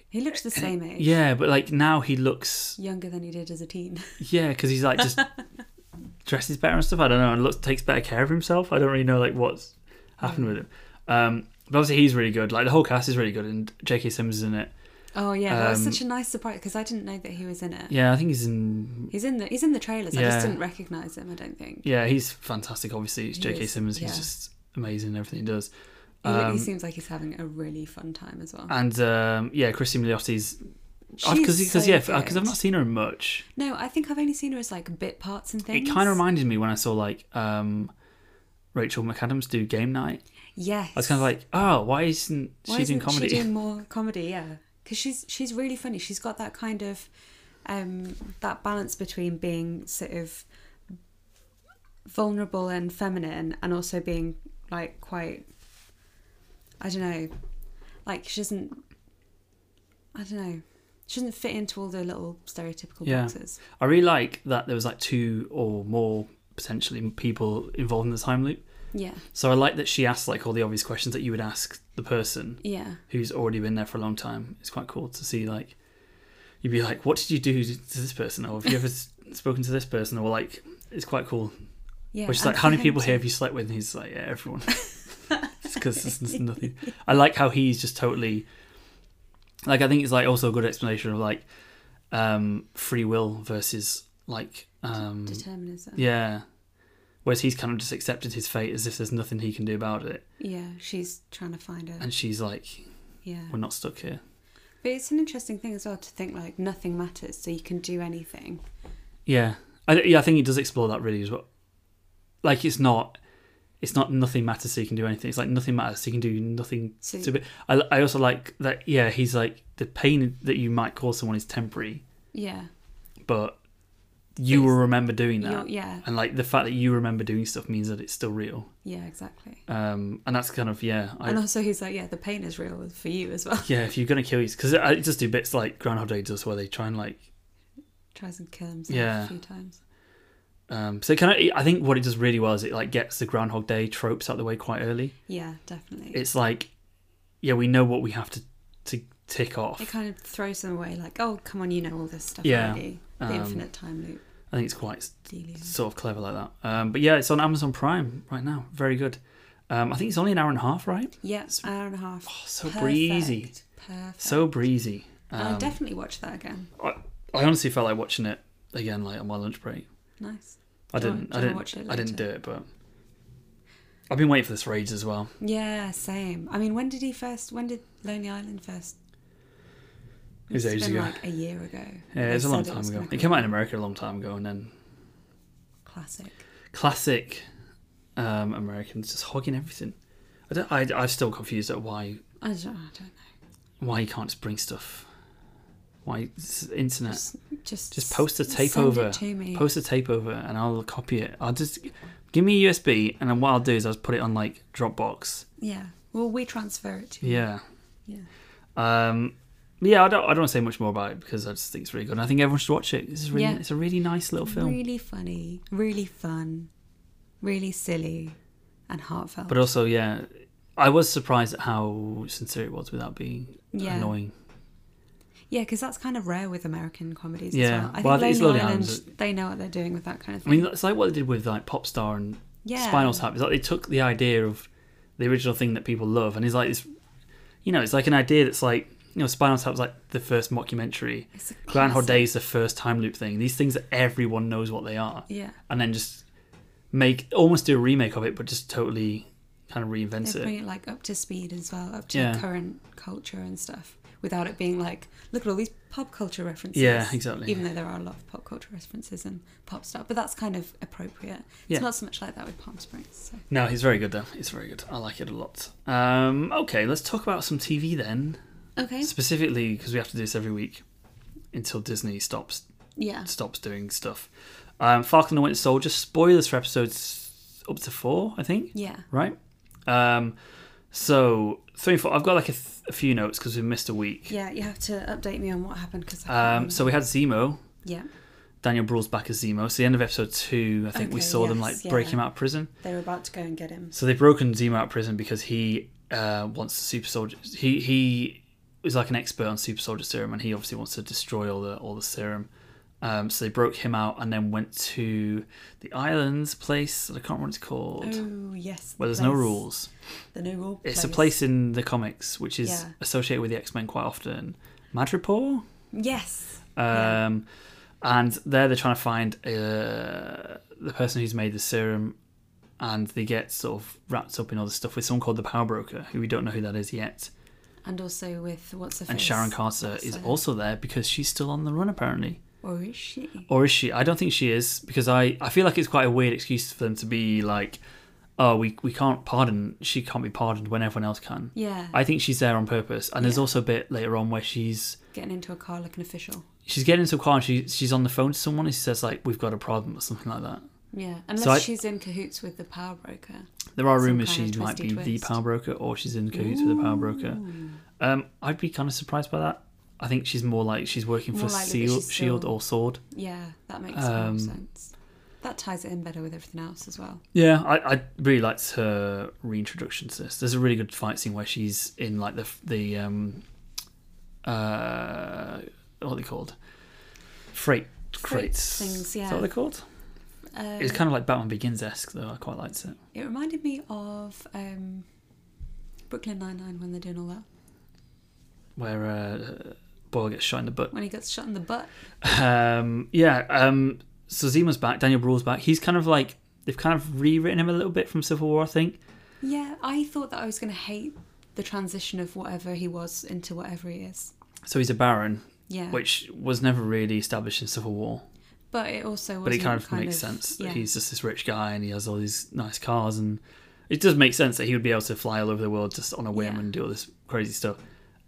Speaker 2: He looks the same age.
Speaker 1: Yeah, but like now he looks
Speaker 2: Younger than he did as a teen.
Speaker 1: yeah because he's like just dresses better and stuff. I don't know. And looks takes better care of himself. I don't really know like what's
Speaker 2: Mm.
Speaker 1: happened with him. Um, but obviously he's really good. Like the whole cast is really good, and J.K. Simmons is in it.
Speaker 2: Oh yeah, that was
Speaker 1: Um,
Speaker 2: such a nice surprise because I didn't know that he was in it.
Speaker 1: Yeah, I think he's in.
Speaker 2: He's in the he's in the trailers. I
Speaker 1: Yeah.
Speaker 2: just didn't recognize him. I don't think.
Speaker 1: Yeah, he's fantastic. Obviously, it's
Speaker 2: He
Speaker 1: J.K.
Speaker 2: is,
Speaker 1: Simmons.
Speaker 2: yeah.
Speaker 1: He's just amazing in everything he does.
Speaker 2: He, look- he
Speaker 1: Um,
Speaker 2: seems like he's having a really fun time as well.
Speaker 1: and um, yeah, Christine Miliotti's
Speaker 2: She's
Speaker 1: because
Speaker 2: so
Speaker 1: yeah because I've
Speaker 2: good.
Speaker 1: not seen her in much.
Speaker 2: No, I think I've only seen her as like bit parts and things.
Speaker 1: It kind of reminded me when I saw like um, Rachel McAdams do Game Night.
Speaker 2: Yes.
Speaker 1: I was kind of like, oh, why isn't she
Speaker 2: Why
Speaker 1: doing
Speaker 2: isn't
Speaker 1: comedy?
Speaker 2: She doing more comedy, yeah. Because she's she's really funny. She's got that kind of um, that balance between being sort of vulnerable and feminine, and also being like quite I don't know, like she doesn't I don't know. She doesn't fit into all the little stereotypical
Speaker 1: Yeah.
Speaker 2: boxes.
Speaker 1: I really like that there was like two or more potentially people involved in the time loop.
Speaker 2: Yeah.
Speaker 1: So I like that she asks like all the obvious questions that you would ask the person
Speaker 2: Yeah.
Speaker 1: who's already been there for a long time. It's quite cool to see like you'd be like, what did you do to to this person, or have you ever s- spoken to this person, or like it's quite cool.
Speaker 2: Yeah.
Speaker 1: Which is
Speaker 2: and
Speaker 1: like, how
Speaker 2: for
Speaker 1: many
Speaker 2: him
Speaker 1: people
Speaker 2: to-
Speaker 1: here have you slept with? And he's like, yeah, everyone. Because there's there's nothing. I like how he's just totally. Like, I think it's like also a good explanation of like um free will versus like um
Speaker 2: Determinism.
Speaker 1: yeah. Whereas he's kind of just accepted his fate as if there's nothing he can do about it,
Speaker 2: Yeah, she's trying to find her.
Speaker 1: and she's like,
Speaker 2: Yeah.
Speaker 1: "We're not stuck here."
Speaker 2: But it's an interesting thing as well to think like nothing matters, so you can do anything.
Speaker 1: Yeah, I, yeah, I think he does explore that really as well. Like, it's not, it's not nothing matters, so you can do anything. It's like nothing matters, so you can do nothing
Speaker 2: So
Speaker 1: So, but I, I also like that. Yeah, he's like the pain that you might cause someone is temporary,
Speaker 2: yeah,
Speaker 1: but you
Speaker 2: But
Speaker 1: will
Speaker 2: it's-
Speaker 1: remember doing
Speaker 2: You're-
Speaker 1: that,
Speaker 2: yeah,
Speaker 1: and like the fact that you remember doing stuff means that it's still real.
Speaker 2: yeah, exactly.
Speaker 1: Um, and that's kind of yeah, I,
Speaker 2: and also, he's like, yeah, the pain is real for you as well.
Speaker 1: yeah. If you're gonna kill you, because I just do bits like Groundhog Day does where they try and like.
Speaker 2: Tries and kill himself
Speaker 1: Yeah.
Speaker 2: a few times.
Speaker 1: Um, so it kind of, I think what it does really well is it like gets the Groundhog Day tropes out the way quite early.
Speaker 2: Yeah, definitely.
Speaker 1: It's like, yeah, we know what we have to to tick off.
Speaker 2: it kind of throws them away, like, oh, come on, you know all this stuff
Speaker 1: Yeah,
Speaker 2: already. The
Speaker 1: um,
Speaker 2: infinite time loop
Speaker 1: I think it's quite
Speaker 2: dealio.
Speaker 1: sort of clever like that. Um, but yeah, it's on Amazon Prime right now. Very good. Um, I think it's only an hour and a half, right?
Speaker 2: Yeah, hour and a half. Oh,
Speaker 1: so breezy.
Speaker 2: Perfect.
Speaker 1: So breezy.
Speaker 2: I'll
Speaker 1: Um,
Speaker 2: definitely watch that again.
Speaker 1: I, I honestly felt like watching it again, like on my lunch break.
Speaker 2: Nice.
Speaker 1: I
Speaker 2: Do you
Speaker 1: didn't.
Speaker 2: want- do
Speaker 1: I
Speaker 2: you
Speaker 1: didn't.
Speaker 2: want to watch Oh, it
Speaker 1: I didn't do
Speaker 2: later?
Speaker 1: it, but I've been waiting for this for ages as well.
Speaker 2: Yeah, same. I mean, when did he first? When did Lonely Island first?
Speaker 1: It was
Speaker 2: It's
Speaker 1: ages
Speaker 2: been
Speaker 1: ago.
Speaker 2: Like a year ago.
Speaker 1: Yeah,
Speaker 2: They
Speaker 1: it was a long
Speaker 2: said
Speaker 1: time
Speaker 2: was
Speaker 1: ago.
Speaker 2: gonna
Speaker 1: It
Speaker 2: come
Speaker 1: came out in America a long time ago, and then
Speaker 2: Classic.
Speaker 1: classic um, Americans just hogging everything. I don't, I, I'm still confused at why
Speaker 2: I don't, I don't know.
Speaker 1: why you can't just bring stuff. Why it's internet?
Speaker 2: Just, just,
Speaker 1: Just post a
Speaker 2: s-
Speaker 1: tape
Speaker 2: send
Speaker 1: over.
Speaker 2: It to me.
Speaker 1: Post a tape over and I'll copy it. I'll just give me a USB and then what I'll do is I'll just put it on like Dropbox.
Speaker 2: yeah. Well, we transfer it to you.
Speaker 1: Yeah.
Speaker 2: Yeah.
Speaker 1: Um yeah, I don't I don't want to say much more about it because I just think it's really good. And I think everyone should watch it. It's really
Speaker 2: Yeah.
Speaker 1: it's a really nice little film.
Speaker 2: Really funny, really fun, really silly, and heartfelt.
Speaker 1: But also, yeah, I was surprised at how sincere it was without being
Speaker 2: Yeah.
Speaker 1: annoying.
Speaker 2: yeah, because that's kind of rare with American comedies as
Speaker 1: Yeah.
Speaker 2: well. I
Speaker 1: Well,
Speaker 2: think
Speaker 1: it's
Speaker 2: Lonely
Speaker 1: Lonely
Speaker 2: Island,
Speaker 1: Island.
Speaker 2: they know what they're doing with that kind of
Speaker 1: I
Speaker 2: thing.
Speaker 1: mean, it's like what they did with like Popstar and
Speaker 2: yeah.
Speaker 1: Spinal Tap. It's like they took the idea of the original thing that people love, and it's like this, you know, it's like an idea that's like, you know, Spinal Tap's like the first mockumentary.
Speaker 2: It's a
Speaker 1: Groundhog
Speaker 2: classic.
Speaker 1: Day is the first time loop thing. These things that everyone knows what they are,
Speaker 2: Yeah.
Speaker 1: and then just make almost do a remake of it, but just totally kind of reinvent
Speaker 2: They
Speaker 1: it.
Speaker 2: bring it like up to speed as well, up to
Speaker 1: Yeah.
Speaker 2: current culture and stuff, without it being like, look at all these pop culture references.
Speaker 1: Yeah, exactly.
Speaker 2: Even though there are a lot of pop culture references and pop stuff, but that's kind of appropriate.
Speaker 1: Yeah.
Speaker 2: It's not so much like that with Palm Springs. So.
Speaker 1: No, he's very good though. He's very good. I like it a lot. Um, okay, let's talk about some TV then,
Speaker 2: Okay.
Speaker 1: specifically because we have to do this every week until Disney stops
Speaker 2: Yeah.
Speaker 1: stops doing stuff. Um, Falcon and the Winter Soldier spoilers for episodes up to four, I think.
Speaker 2: Yeah.
Speaker 1: Right. Um, so three and four. I've got like a, th- a few notes because we missed a week.
Speaker 2: Yeah. You have to update me on what happened because.
Speaker 1: Um, so we had Zemo.
Speaker 2: yeah,
Speaker 1: Daniel Bruhl's back as Zemo. So the end of episode two, I think we
Speaker 2: Okay,
Speaker 1: saw them
Speaker 2: yes,
Speaker 1: like break
Speaker 2: yeah.
Speaker 1: him out of prison.
Speaker 2: they were about to go and get him.
Speaker 1: So they've broken Zemo out of prison because he uh, wants the super soldier. He he is like an expert on super soldier serum, and he obviously wants to destroy all the all the serum. Um, so they broke him out and then went to the islands place. that I can't remember what it's called.
Speaker 2: Oh yes.
Speaker 1: Where there's no
Speaker 2: place.
Speaker 1: rules.
Speaker 2: The no rule.
Speaker 1: It's a place in the comics which is
Speaker 2: Yeah.
Speaker 1: associated with the X Men quite often. Madripoor.
Speaker 2: Yes. Yeah.
Speaker 1: Um, And there they're trying to find uh, the person who's made the serum, and they get sort of wrapped up in all this stuff with someone called the Power Broker, who we don't know who that is yet.
Speaker 2: And also with what's the
Speaker 1: And
Speaker 2: face?
Speaker 1: Sharon Carter is
Speaker 2: So-
Speaker 1: also there because she's still on the run, apparently.
Speaker 2: Or is she?
Speaker 1: Or is she? I don't think she is because I, I feel like it's quite a weird excuse for them to be like, oh, we, we can't pardon, she can't be pardoned when everyone else can.
Speaker 2: Yeah.
Speaker 1: I think she's there on purpose. And there's
Speaker 2: Yeah.
Speaker 1: also a bit later on where she's
Speaker 2: Getting into a car like an official.
Speaker 1: she's getting into a car and she, she's on the phone to someone and she says like we've got a problem or something like that.
Speaker 2: Yeah, unless
Speaker 1: I-
Speaker 2: she's in cahoots with the power broker.
Speaker 1: There are
Speaker 2: Some
Speaker 1: rumors
Speaker 2: kind
Speaker 1: she
Speaker 2: of
Speaker 1: might be
Speaker 2: twisty
Speaker 1: the
Speaker 2: twist.
Speaker 1: power broker or she's in cahoots with the power broker. Um, I'd be kind of surprised by that. I think she's more like she's working
Speaker 2: More
Speaker 1: for
Speaker 2: likely that
Speaker 1: Seal,
Speaker 2: she's
Speaker 1: Shield
Speaker 2: still-
Speaker 1: or Sword.
Speaker 2: Yeah, that makes
Speaker 1: Um,
Speaker 2: more sense. That ties it in better with everything else as well.
Speaker 1: Yeah, I, I really liked her reintroduction to this. There's a really good fight scene where she's in like the the um uh what are they called freight
Speaker 2: Freight
Speaker 1: crates
Speaker 2: things,
Speaker 1: Is
Speaker 2: yeah.
Speaker 1: that what they're called?
Speaker 2: Um,
Speaker 1: It's kind of like Batman Begins esque though. I quite liked it.
Speaker 2: It reminded me of um, Brooklyn Nine Nine when they're doing all that.
Speaker 1: Where uh, Boyle gets shot in the butt.
Speaker 2: When he gets shot in the butt.
Speaker 1: Um, yeah. Um, so Zima's back. Daniel Bruhl's back. He's kind of like they've kind of rewritten him a little bit from Civil War. I think.
Speaker 2: Yeah, I thought that I was going to hate the transition of whatever he was into whatever he is.
Speaker 1: So he's a Baron,
Speaker 2: Yeah,
Speaker 1: which was never really established in Civil War.
Speaker 2: but it also wasn't
Speaker 1: but it kind of makes sense that he's just this rich guy and he has all these nice cars and it does make sense that he would be able to fly all over the world just on a whim
Speaker 2: Yeah.
Speaker 1: and do all this crazy stuff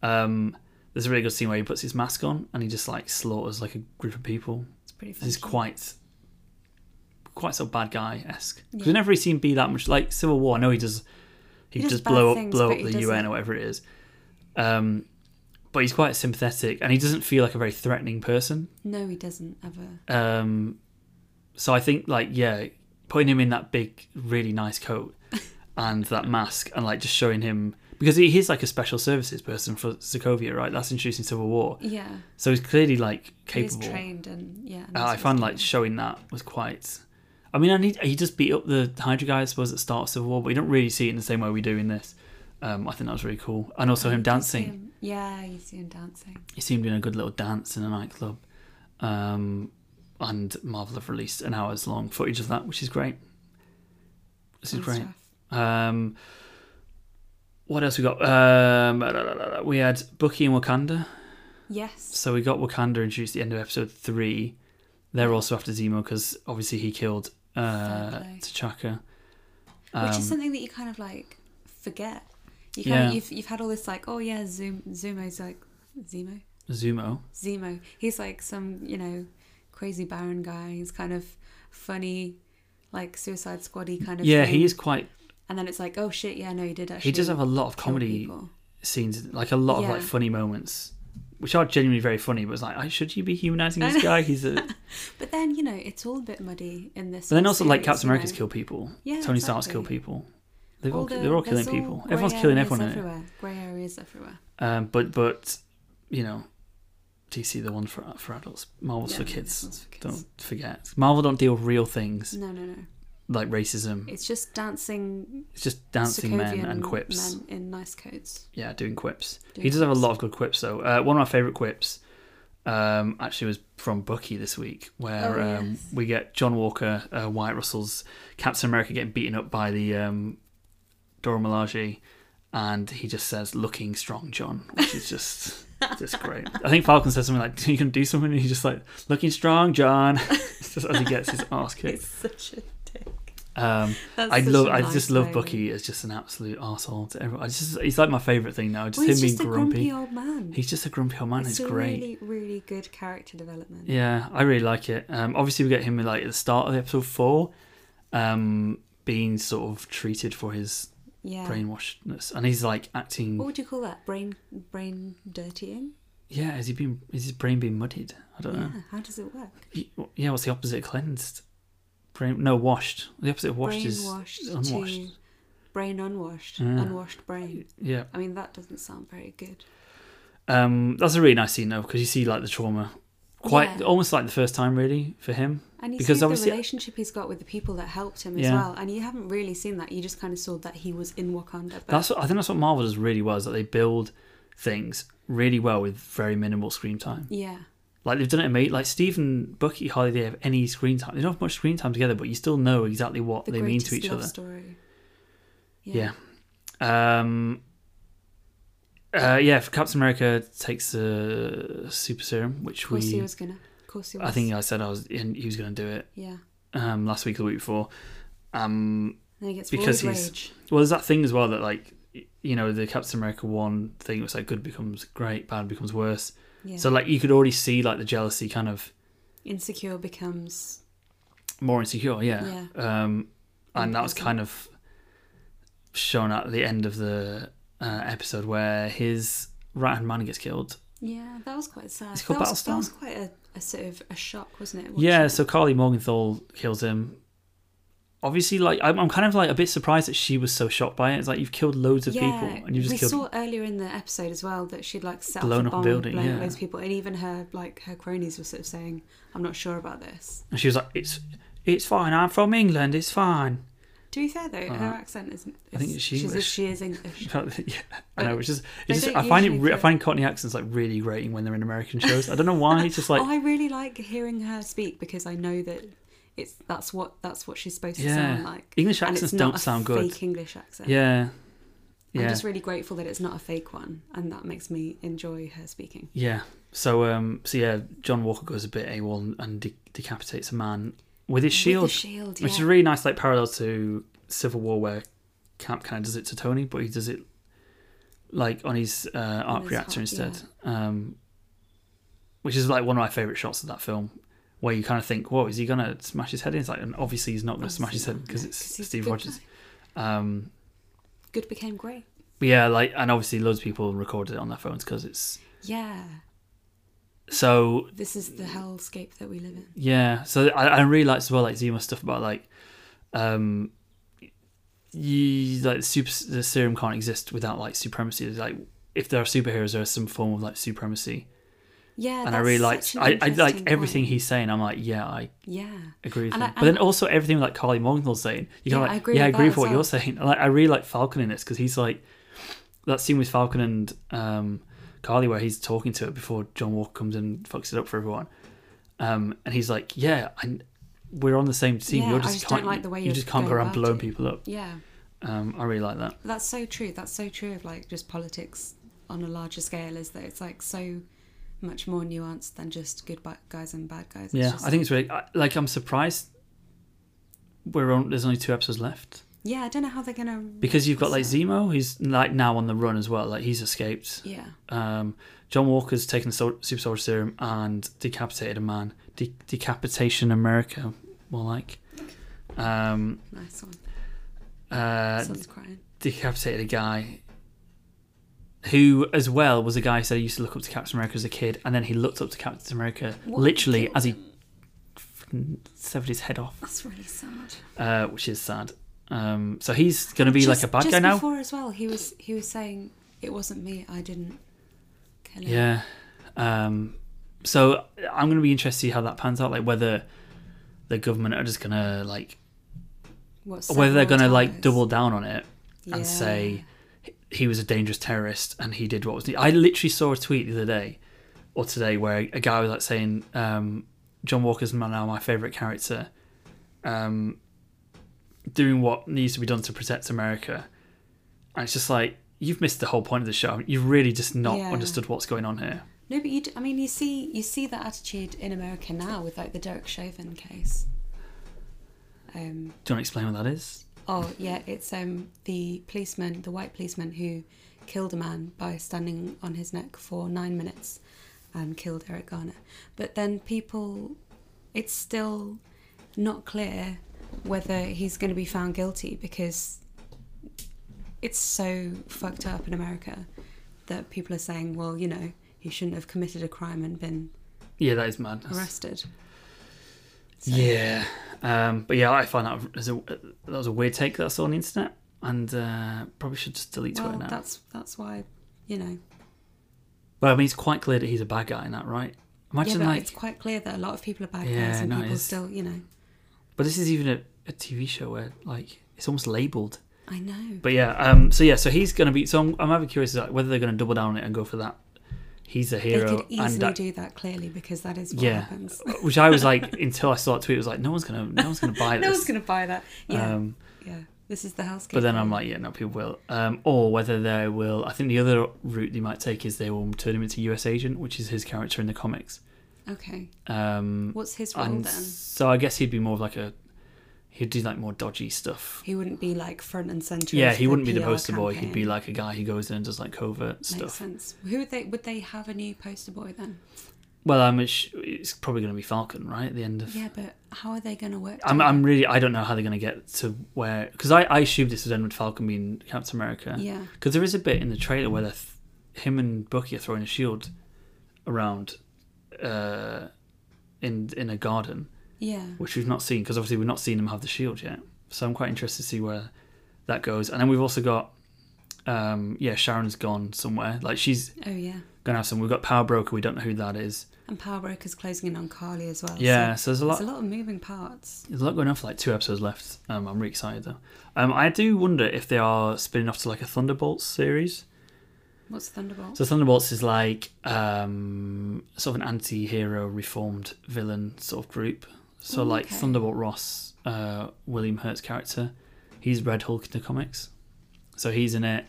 Speaker 1: um there's a really good scene where he puts his mask on and he just like slaughters like a group of people
Speaker 2: it's pretty
Speaker 1: this is
Speaker 2: funky.
Speaker 1: quite quite sort of bad guy esque because
Speaker 2: Yeah.
Speaker 1: we never really seen be that much like Civil War I know he does he,
Speaker 2: He does
Speaker 1: just
Speaker 2: bad
Speaker 1: blow up
Speaker 2: things,
Speaker 1: blow
Speaker 2: but
Speaker 1: up
Speaker 2: he
Speaker 1: the
Speaker 2: doesn't-
Speaker 1: UN or whatever it is um but he's quite sympathetic and he doesn't feel like a very threatening person
Speaker 2: No, he doesn't ever.
Speaker 1: um, so I think like yeah, putting him in that big, really nice coat and that mask, and like just showing him because he, he's like a special services person for Sokovia, right? That's introducing civil war,
Speaker 2: Yeah,
Speaker 1: so he's clearly like
Speaker 2: he is
Speaker 1: capable. Uh,
Speaker 2: trained and yeah. knows what
Speaker 1: I
Speaker 2: he's
Speaker 1: found like
Speaker 2: doing.
Speaker 1: showing that was quite. I mean, I need he just beat up the Hydra guy, I suppose, at the start of Civil War, but you don't really see it in the same way we do in this. Um, I think that was really cool, and also him
Speaker 2: You can see
Speaker 1: dancing
Speaker 2: him- Yeah, you see him dancing.
Speaker 1: he seemed doing a good little dance in a nightclub. Um, and Marvel have released an hour's long footage of that, which is great. This is
Speaker 2: and
Speaker 1: great.
Speaker 2: stuff.
Speaker 1: Um, what else we got? Um, la, la, la, la. we had Bucky and Wakanda.
Speaker 2: Yes.
Speaker 1: So we got Wakanda introduced at the end of episode three. They're also after Zemo because obviously he killed uh,
Speaker 2: Fair play.
Speaker 1: T'Chaka.
Speaker 2: which
Speaker 1: Um,
Speaker 2: is something that you kind of like forget. You kind
Speaker 1: Yeah.
Speaker 2: of, you've you've had all this like, oh yeah, Zoom Zumo's like Zemo,
Speaker 1: Zumo.
Speaker 2: Zemo. He's like some you know crazy Baron guy. He's kind of funny, like Suicide Squaddy kind of.
Speaker 1: Yeah,
Speaker 2: thing.
Speaker 1: he is quite.
Speaker 2: And then it's like, oh shit, yeah, no, he did actually.
Speaker 1: He does have a lot of
Speaker 2: kill
Speaker 1: comedy
Speaker 2: people.
Speaker 1: scenes, like a lot of like
Speaker 2: Yeah.
Speaker 1: funny moments, which are genuinely very funny. But it's like, I should you be humanizing
Speaker 2: I
Speaker 1: this guy? He's a. But
Speaker 2: But then you know it's all a bit muddy in this.
Speaker 1: then also like
Speaker 2: series,
Speaker 1: Captain
Speaker 2: you know.
Speaker 1: America's kill people.
Speaker 2: Yeah,
Speaker 1: Tony Stark's kill
Speaker 2: exactly.
Speaker 1: people. They've all,
Speaker 2: All the-
Speaker 1: they're all killing
Speaker 2: there's all
Speaker 1: people.
Speaker 2: grey
Speaker 1: Everyone's killing
Speaker 2: areas
Speaker 1: everyone in it.
Speaker 2: everywhere. Grey areas everywhere.
Speaker 1: Um, but but you know, DC the one for for adults, Marvel's
Speaker 2: Yeah,
Speaker 1: for
Speaker 2: this
Speaker 1: kids.
Speaker 2: one's for kids.
Speaker 1: Don't forget, Marvel don't deal with real things
Speaker 2: No, no, no.
Speaker 1: like racism.
Speaker 2: It's just dancing,
Speaker 1: It's just dancing men
Speaker 2: Sokovian
Speaker 1: and quips.
Speaker 2: men in nice coats.
Speaker 1: yeah, doing quips.
Speaker 2: Doing
Speaker 1: he does have a
Speaker 2: quips.
Speaker 1: lot of good quips though. Uh, one of my favorite quips um, actually was from Bucky this week, where
Speaker 2: Oh,
Speaker 1: um,
Speaker 2: yes.
Speaker 1: we get John Walker, uh, Wyatt Russell's Captain America getting beaten up by the um, Dora Milaje, and he just says, "Looking strong, John," which is just just great. I think Falcon says something like, "You can do something," and he's just like, "Looking strong, John," just as he gets his ass
Speaker 2: It's
Speaker 1: kicked.
Speaker 2: such a dick.
Speaker 1: Um,
Speaker 2: That's
Speaker 1: I
Speaker 2: such
Speaker 1: love.
Speaker 2: a
Speaker 1: I
Speaker 2: nice
Speaker 1: just love
Speaker 2: moment.
Speaker 1: Bucky as just an absolute asshole to everyone. I just, he's like my favorite thing now. Just
Speaker 2: Well,
Speaker 1: him
Speaker 2: he's
Speaker 1: being
Speaker 2: just a
Speaker 1: grumpy.
Speaker 2: grumpy old man.
Speaker 1: He's just a grumpy old man.
Speaker 2: it's
Speaker 1: It's
Speaker 2: a
Speaker 1: great.
Speaker 2: really, really good character development.
Speaker 1: Yeah, I really like it. Um, obviously, we get him like at the start of episode four, um, being sort of treated for his
Speaker 2: Yeah.
Speaker 1: brainwashedness, and he's like acting.
Speaker 2: What would you call that? Brain, brain dirtying.
Speaker 1: Yeah, has he been? Is his brain being muddied? I don't know.
Speaker 2: Yeah. How does it work?
Speaker 1: He- yeah, what's the opposite of cleansed? Brain? No, washed. The opposite of washed is
Speaker 2: Brainwashed
Speaker 1: unwashed.
Speaker 2: to brain unwashed,
Speaker 1: Yeah.
Speaker 2: unwashed brain.
Speaker 1: Yeah.
Speaker 2: I mean, that doesn't sound very good.
Speaker 1: Um, that's a really nice scene though, because you see like the trauma, quite
Speaker 2: Yeah.
Speaker 1: almost like the first time really for him.
Speaker 2: And you
Speaker 1: Because
Speaker 2: see the
Speaker 1: obviously-
Speaker 2: relationship he's got with the people that helped him as
Speaker 1: Yeah.
Speaker 2: well. And you haven't really seen that. You just kind of saw that he was in Wakanda. But
Speaker 1: That's what, I think that's what Marvel does really well is that they build things really well with very minimal screen time.
Speaker 2: yeah.
Speaker 1: Like they've done it, mate. Like Steve and Bucky hardly have any screen time. They don't have much screen time together, but you still know exactly what
Speaker 2: The
Speaker 1: they mean
Speaker 2: greatest
Speaker 1: to each
Speaker 2: love
Speaker 1: other.
Speaker 2: story.
Speaker 1: Yeah. Um. Uh, yeah, for Captain America takes the super serum, which
Speaker 2: Of course
Speaker 1: we
Speaker 2: he was gonna. Of course he was.
Speaker 1: I think I said I was in, he was going to do it
Speaker 2: Yeah.
Speaker 1: um, last week or the week before. Um,
Speaker 2: Then he gets
Speaker 1: Because
Speaker 2: because
Speaker 1: he's-
Speaker 2: rage.
Speaker 1: Well, there's that thing as well that like y- you know the Captain America one thing was like good becomes great, bad becomes worse.
Speaker 2: Yeah.
Speaker 1: So like you could already see like the jealousy kind of
Speaker 2: Insecure becomes.
Speaker 1: more insecure, yeah. Um, and that was kind of shown at the end of the uh, episode where his right hand man gets killed.
Speaker 2: Yeah, that was quite sad.
Speaker 1: It's called
Speaker 2: that, was,
Speaker 1: Battlestar.
Speaker 2: that was quite a a sort of a shock, wasn't it? watching
Speaker 1: Yeah,
Speaker 2: it?
Speaker 1: so Carly Morgenthau kills him. Obviously, like I'm, I'm kind of like a bit surprised that she was so shocked by it. It's like you've killed loads of people and you've just
Speaker 2: we
Speaker 1: killed.
Speaker 2: saw earlier in the episode as well that she'd like set
Speaker 1: Blown up
Speaker 2: off a
Speaker 1: a
Speaker 2: bomb,
Speaker 1: building,
Speaker 2: blown up
Speaker 1: yeah.
Speaker 2: loads of people, and even her like her cronies were sort of saying, "I'm not sure about this."
Speaker 1: And she was like, "It's, it's fine. I'm from England. It's fine."
Speaker 2: To be fair though, her accent isn't.
Speaker 1: Uh, I think
Speaker 2: is-
Speaker 1: it's
Speaker 2: She's,
Speaker 1: English.
Speaker 2: she is English.
Speaker 1: yeah, I know. It's just,
Speaker 2: They
Speaker 1: it's just
Speaker 2: don't
Speaker 1: I find it.
Speaker 2: usually
Speaker 1: Re- I
Speaker 2: do-
Speaker 1: find Cockney accents like really grating when they're in American shows. I don't know why. It's just like,
Speaker 2: oh, I really like hearing her speak because I know that it's that's what that's what she's supposed to
Speaker 1: yeah,
Speaker 2: sound like.
Speaker 1: English
Speaker 2: And it's
Speaker 1: accents
Speaker 2: not
Speaker 1: don't
Speaker 2: a
Speaker 1: sound good.
Speaker 2: Fake English accent.
Speaker 1: Yeah,
Speaker 2: I'm
Speaker 1: yeah,
Speaker 2: just really grateful that it's not a fake one, and that makes me enjoy her speaking.
Speaker 1: yeah. So, um, so yeah, John Walker goes a bit AWOL and, and de- decapitates a man with his shield,
Speaker 2: With the shield, yeah.
Speaker 1: which is a really nice, like parallel to Civil War, where Camp kind of does it to Tony, but he does it like on his uh, arc
Speaker 2: his
Speaker 1: reactor
Speaker 2: heart,
Speaker 1: instead, um, which is like one of my favorite shots of that film, where you kind of think, "Whoa, is he gonna smash his head in?" It's like, and obviously he's not gonna smash his head because it's
Speaker 2: he's a
Speaker 1: Steve
Speaker 2: good
Speaker 1: Rogers.
Speaker 2: guy.
Speaker 1: Um,
Speaker 2: Good became great.
Speaker 1: but yeah, like, and obviously loads of people recorded it on their phones because it's
Speaker 2: Yeah,
Speaker 1: so
Speaker 2: this is the hellscape that we live in.
Speaker 1: Yeah, so I, I realized as well, like Zima stuff about like, um, you like super the serum can't exist without like supremacy. There's, like if there are superheroes, there's some form of like supremacy.
Speaker 2: Yeah,
Speaker 1: And I
Speaker 2: that's
Speaker 1: really
Speaker 2: such
Speaker 1: liked,
Speaker 2: an
Speaker 1: I, I like
Speaker 2: interesting
Speaker 1: everything
Speaker 2: point.
Speaker 1: he's saying. I'm like, yeah, I
Speaker 2: Yeah,
Speaker 1: agree with
Speaker 2: And
Speaker 1: him.
Speaker 2: I-
Speaker 1: but then
Speaker 2: and-
Speaker 1: also everything like Carly Morgenthau's saying, you
Speaker 2: Yeah,
Speaker 1: kind of
Speaker 2: I
Speaker 1: like,
Speaker 2: agree
Speaker 1: yeah, I
Speaker 2: with
Speaker 1: agree
Speaker 2: that
Speaker 1: with
Speaker 2: as
Speaker 1: what
Speaker 2: well.
Speaker 1: you're saying. Like, I really like Falcon in this because he's like that scene with Falcon and um, Carly where he's talking to her before John Walker comes and fucks it up for everyone. Um, and he's like, yeah, I, we're on the same team.
Speaker 2: Yeah,
Speaker 1: you're
Speaker 2: I
Speaker 1: just,
Speaker 2: just don't
Speaker 1: can't,
Speaker 2: like the way
Speaker 1: you
Speaker 2: you're
Speaker 1: just can't go
Speaker 2: going
Speaker 1: around
Speaker 2: about
Speaker 1: blowing
Speaker 2: it."
Speaker 1: people up.
Speaker 2: yeah.
Speaker 1: Um, I really like that.
Speaker 2: That's so true. That's so true of like just politics on a larger scale. Is that it's like so much more nuanced than just good ba- guys and bad guys. It's
Speaker 1: yeah,
Speaker 2: just
Speaker 1: I think it's really I- like I'm surprised we're on. There's only two episodes left
Speaker 2: Yeah, I don't know how they're gonna.
Speaker 1: because you've got like
Speaker 2: So-
Speaker 1: Zemo, who's like now on the run as well. Like he's escaped.
Speaker 2: Yeah,
Speaker 1: um, John Walker's taken the sol- super soldier serum and decapitated a man. De- decapitation America, more like. Um,
Speaker 2: nice one.
Speaker 1: uh,
Speaker 2: Son's crying.
Speaker 1: decapitated a guy who, as well, was a guy who said he used to look up to Captain America as a kid, and then he looked up to Captain America
Speaker 2: What
Speaker 1: literally
Speaker 2: killed
Speaker 1: as he
Speaker 2: him?
Speaker 1: fucking severed his head off,
Speaker 2: That's really sad.
Speaker 1: uh, which is sad. Um, so he's going to be
Speaker 2: Just-
Speaker 1: like a bad
Speaker 2: just
Speaker 1: guy now.
Speaker 2: Before as well, he was he was saying it wasn't me. I didn't kill him.
Speaker 1: Yeah. Um, so I'm going to be interested to see how that pans out. Like whether the government are just going to like,
Speaker 2: What,
Speaker 1: whether they're
Speaker 2: several
Speaker 1: going to like
Speaker 2: times?
Speaker 1: double down on it
Speaker 2: Yeah.
Speaker 1: and say he was a dangerous terrorist and he did what was. I literally saw a tweet the other day or today where a guy was like saying um, John Walker's my- now my favorite character, um, doing what needs to be done to protect America, and it's just like. You've missed the whole point of the show. You've really just not
Speaker 2: Yeah.
Speaker 1: understood what's going on here.
Speaker 2: No, but you. d- I mean, you see, you see that attitude in America now with like the Derek Chauvin case. Um,
Speaker 1: Do you want to explain what that is?
Speaker 2: oh yeah, it's um the policeman, the white policeman who killed a man by standing on his neck for nine minutes, and killed Eric Garner. But then people, it's still not clear whether he's going to be found guilty because it's so fucked up in America that people are saying, well, you know, he shouldn't have committed a crime and been
Speaker 1: Yeah, that is madness.
Speaker 2: arrested.
Speaker 1: Yeah, um, but yeah, I find that as a, that was a weird take that I saw on the internet, and uh, probably should just delete
Speaker 2: Well,
Speaker 1: Twitter now.
Speaker 2: that's that's why, you know.
Speaker 1: But I mean, it's quite clear that he's a bad guy in that, right?
Speaker 2: Yeah,
Speaker 1: Imagine
Speaker 2: but
Speaker 1: like,
Speaker 2: it's quite clear that a lot of people are bad
Speaker 1: Yeah,
Speaker 2: guys and
Speaker 1: no, it
Speaker 2: people
Speaker 1: is.
Speaker 2: still, you know.
Speaker 1: but this is even a, a TV show where like it's almost labeled.
Speaker 2: I know.
Speaker 1: But yeah, um, so yeah, so he's gonna be. So I'm, I'm rather curious about whether they're gonna double down on it and go for that. He's a
Speaker 2: They
Speaker 1: hero,
Speaker 2: could easily
Speaker 1: and that,
Speaker 2: do that clearly because that is what
Speaker 1: yeah,
Speaker 2: happens.
Speaker 1: which I was like until I saw that tweet, it was like no one's gonna, no one's gonna buy this.
Speaker 2: no one's gonna buy that. Yeah,
Speaker 1: um,
Speaker 2: yeah. This is the hellscape.
Speaker 1: But then I'm
Speaker 2: film.
Speaker 1: like, yeah, no, people will. Um, or whether they will. I think the other route they might take is they will turn him into US agent, which is his character in the comics.
Speaker 2: okay,
Speaker 1: Um,
Speaker 2: what's his role
Speaker 1: and
Speaker 2: then?
Speaker 1: so I guess he'd be more of like a. He'd do like more dodgy stuff.
Speaker 2: He wouldn't be like front and center.
Speaker 1: Yeah,
Speaker 2: of
Speaker 1: he wouldn't be the
Speaker 2: PR
Speaker 1: poster boy. He'd be
Speaker 2: campaign.
Speaker 1: like a guy who goes in and does like covert
Speaker 2: Makes
Speaker 1: stuff.
Speaker 2: sense. Who would they? Would they have a new poster boy then?
Speaker 1: Well, I'm. ass- It's probably going to be Falcon, right? At the end of.
Speaker 2: Yeah, but how are they gonna work?
Speaker 1: I'm. I'm really. I don't know how they're going to get to where because I. I assumed this would end with Falcon being Captain America.
Speaker 2: together? yeah,
Speaker 1: Because there is a bit in the trailer where they're th- him and Bucky are throwing a shield around uh, in in a garden,
Speaker 2: Yeah.
Speaker 1: which we've not seen because obviously we've not seen him have the shield yet. So I'm quite interested to see where that goes. And then we've also got, um, yeah, Sharon's gone somewhere. Like she's
Speaker 2: Oh yeah.
Speaker 1: gonna have some. We've got Power Broker. We don't know who that is.
Speaker 2: And Power Broker's closing in on Carly as well.
Speaker 1: Yeah.
Speaker 2: So
Speaker 1: So there's a
Speaker 2: there's
Speaker 1: lot.
Speaker 2: a lot of moving parts.
Speaker 1: There's a lot going on for like two episodes left. Um, I'm really excited though. Um, I do wonder if they are spinning off to like a Thunderbolts series.
Speaker 2: What's Thunderbolt?
Speaker 1: So Thunderbolts is like um, sort of an anti-hero reformed villain sort of group. So
Speaker 2: Ooh,
Speaker 1: like
Speaker 2: okay.
Speaker 1: Thunderbolt Ross, uh, William Hurt's character, he's Red Hulk in the comics. So he's in it.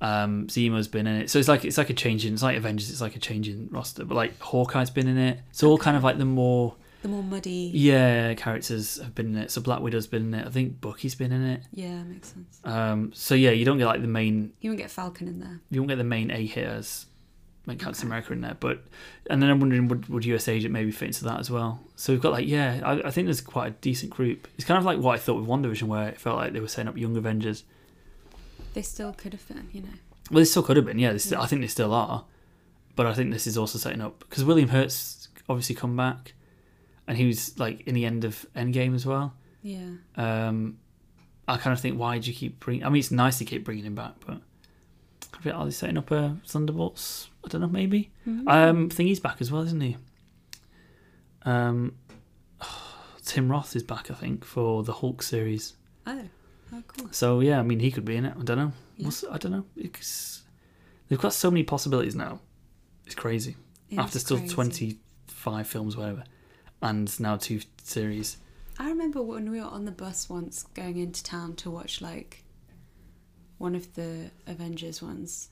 Speaker 1: Um, Zemo's been in it. So it's like it's like a change in it's like Avengers, it's like a change in roster. But like Hawkeye's been in it. It's all kind of like the more
Speaker 2: the more muddy.
Speaker 1: yeah, characters have been in it. So Black Widow's been in it. I think Bucky's been in it.
Speaker 2: Yeah, makes sense.
Speaker 1: Um, so yeah, you don't get like the main,
Speaker 2: You won't get Falcon in there.
Speaker 1: you don't get the main A hitters like Captain
Speaker 2: Okay.
Speaker 1: America in there. But and then I'm wondering would would US Agent maybe fit into that as well? So we've got like yeah, I, I think there's quite a decent group. It's kind of like what I thought with One Division, where it felt like they were setting up young Avengers.
Speaker 2: They still could have been, you know.
Speaker 1: Well, they still could have been. Yeah, they still, I think they still are. But I think this is also setting up because William Hurt's obviously come back, and he was like in the end of Endgame as well.
Speaker 2: Yeah.
Speaker 1: um, I kind of think, why do you keep bringing? I mean, it's nice to keep bringing him back, but I feel- are they setting up a Thunderbolts? I don't know, maybe.
Speaker 2: Mhm.
Speaker 1: Um, I think he's back as well, isn't he? Um, Tim Roth is back, I think, for the Hulk series.
Speaker 2: oh. Oh, cool.
Speaker 1: So yeah, I mean, he could be in it. I don't know.
Speaker 2: Yeah.
Speaker 1: What's, I don't know. It's, they've got so many possibilities now. It's crazy.
Speaker 2: Yeah,
Speaker 1: After
Speaker 2: it's
Speaker 1: still
Speaker 2: crazy.
Speaker 1: twenty-five films, whatever, and now two series.
Speaker 2: I remember when we were on the bus once going into town to watch like one of the Avengers ones.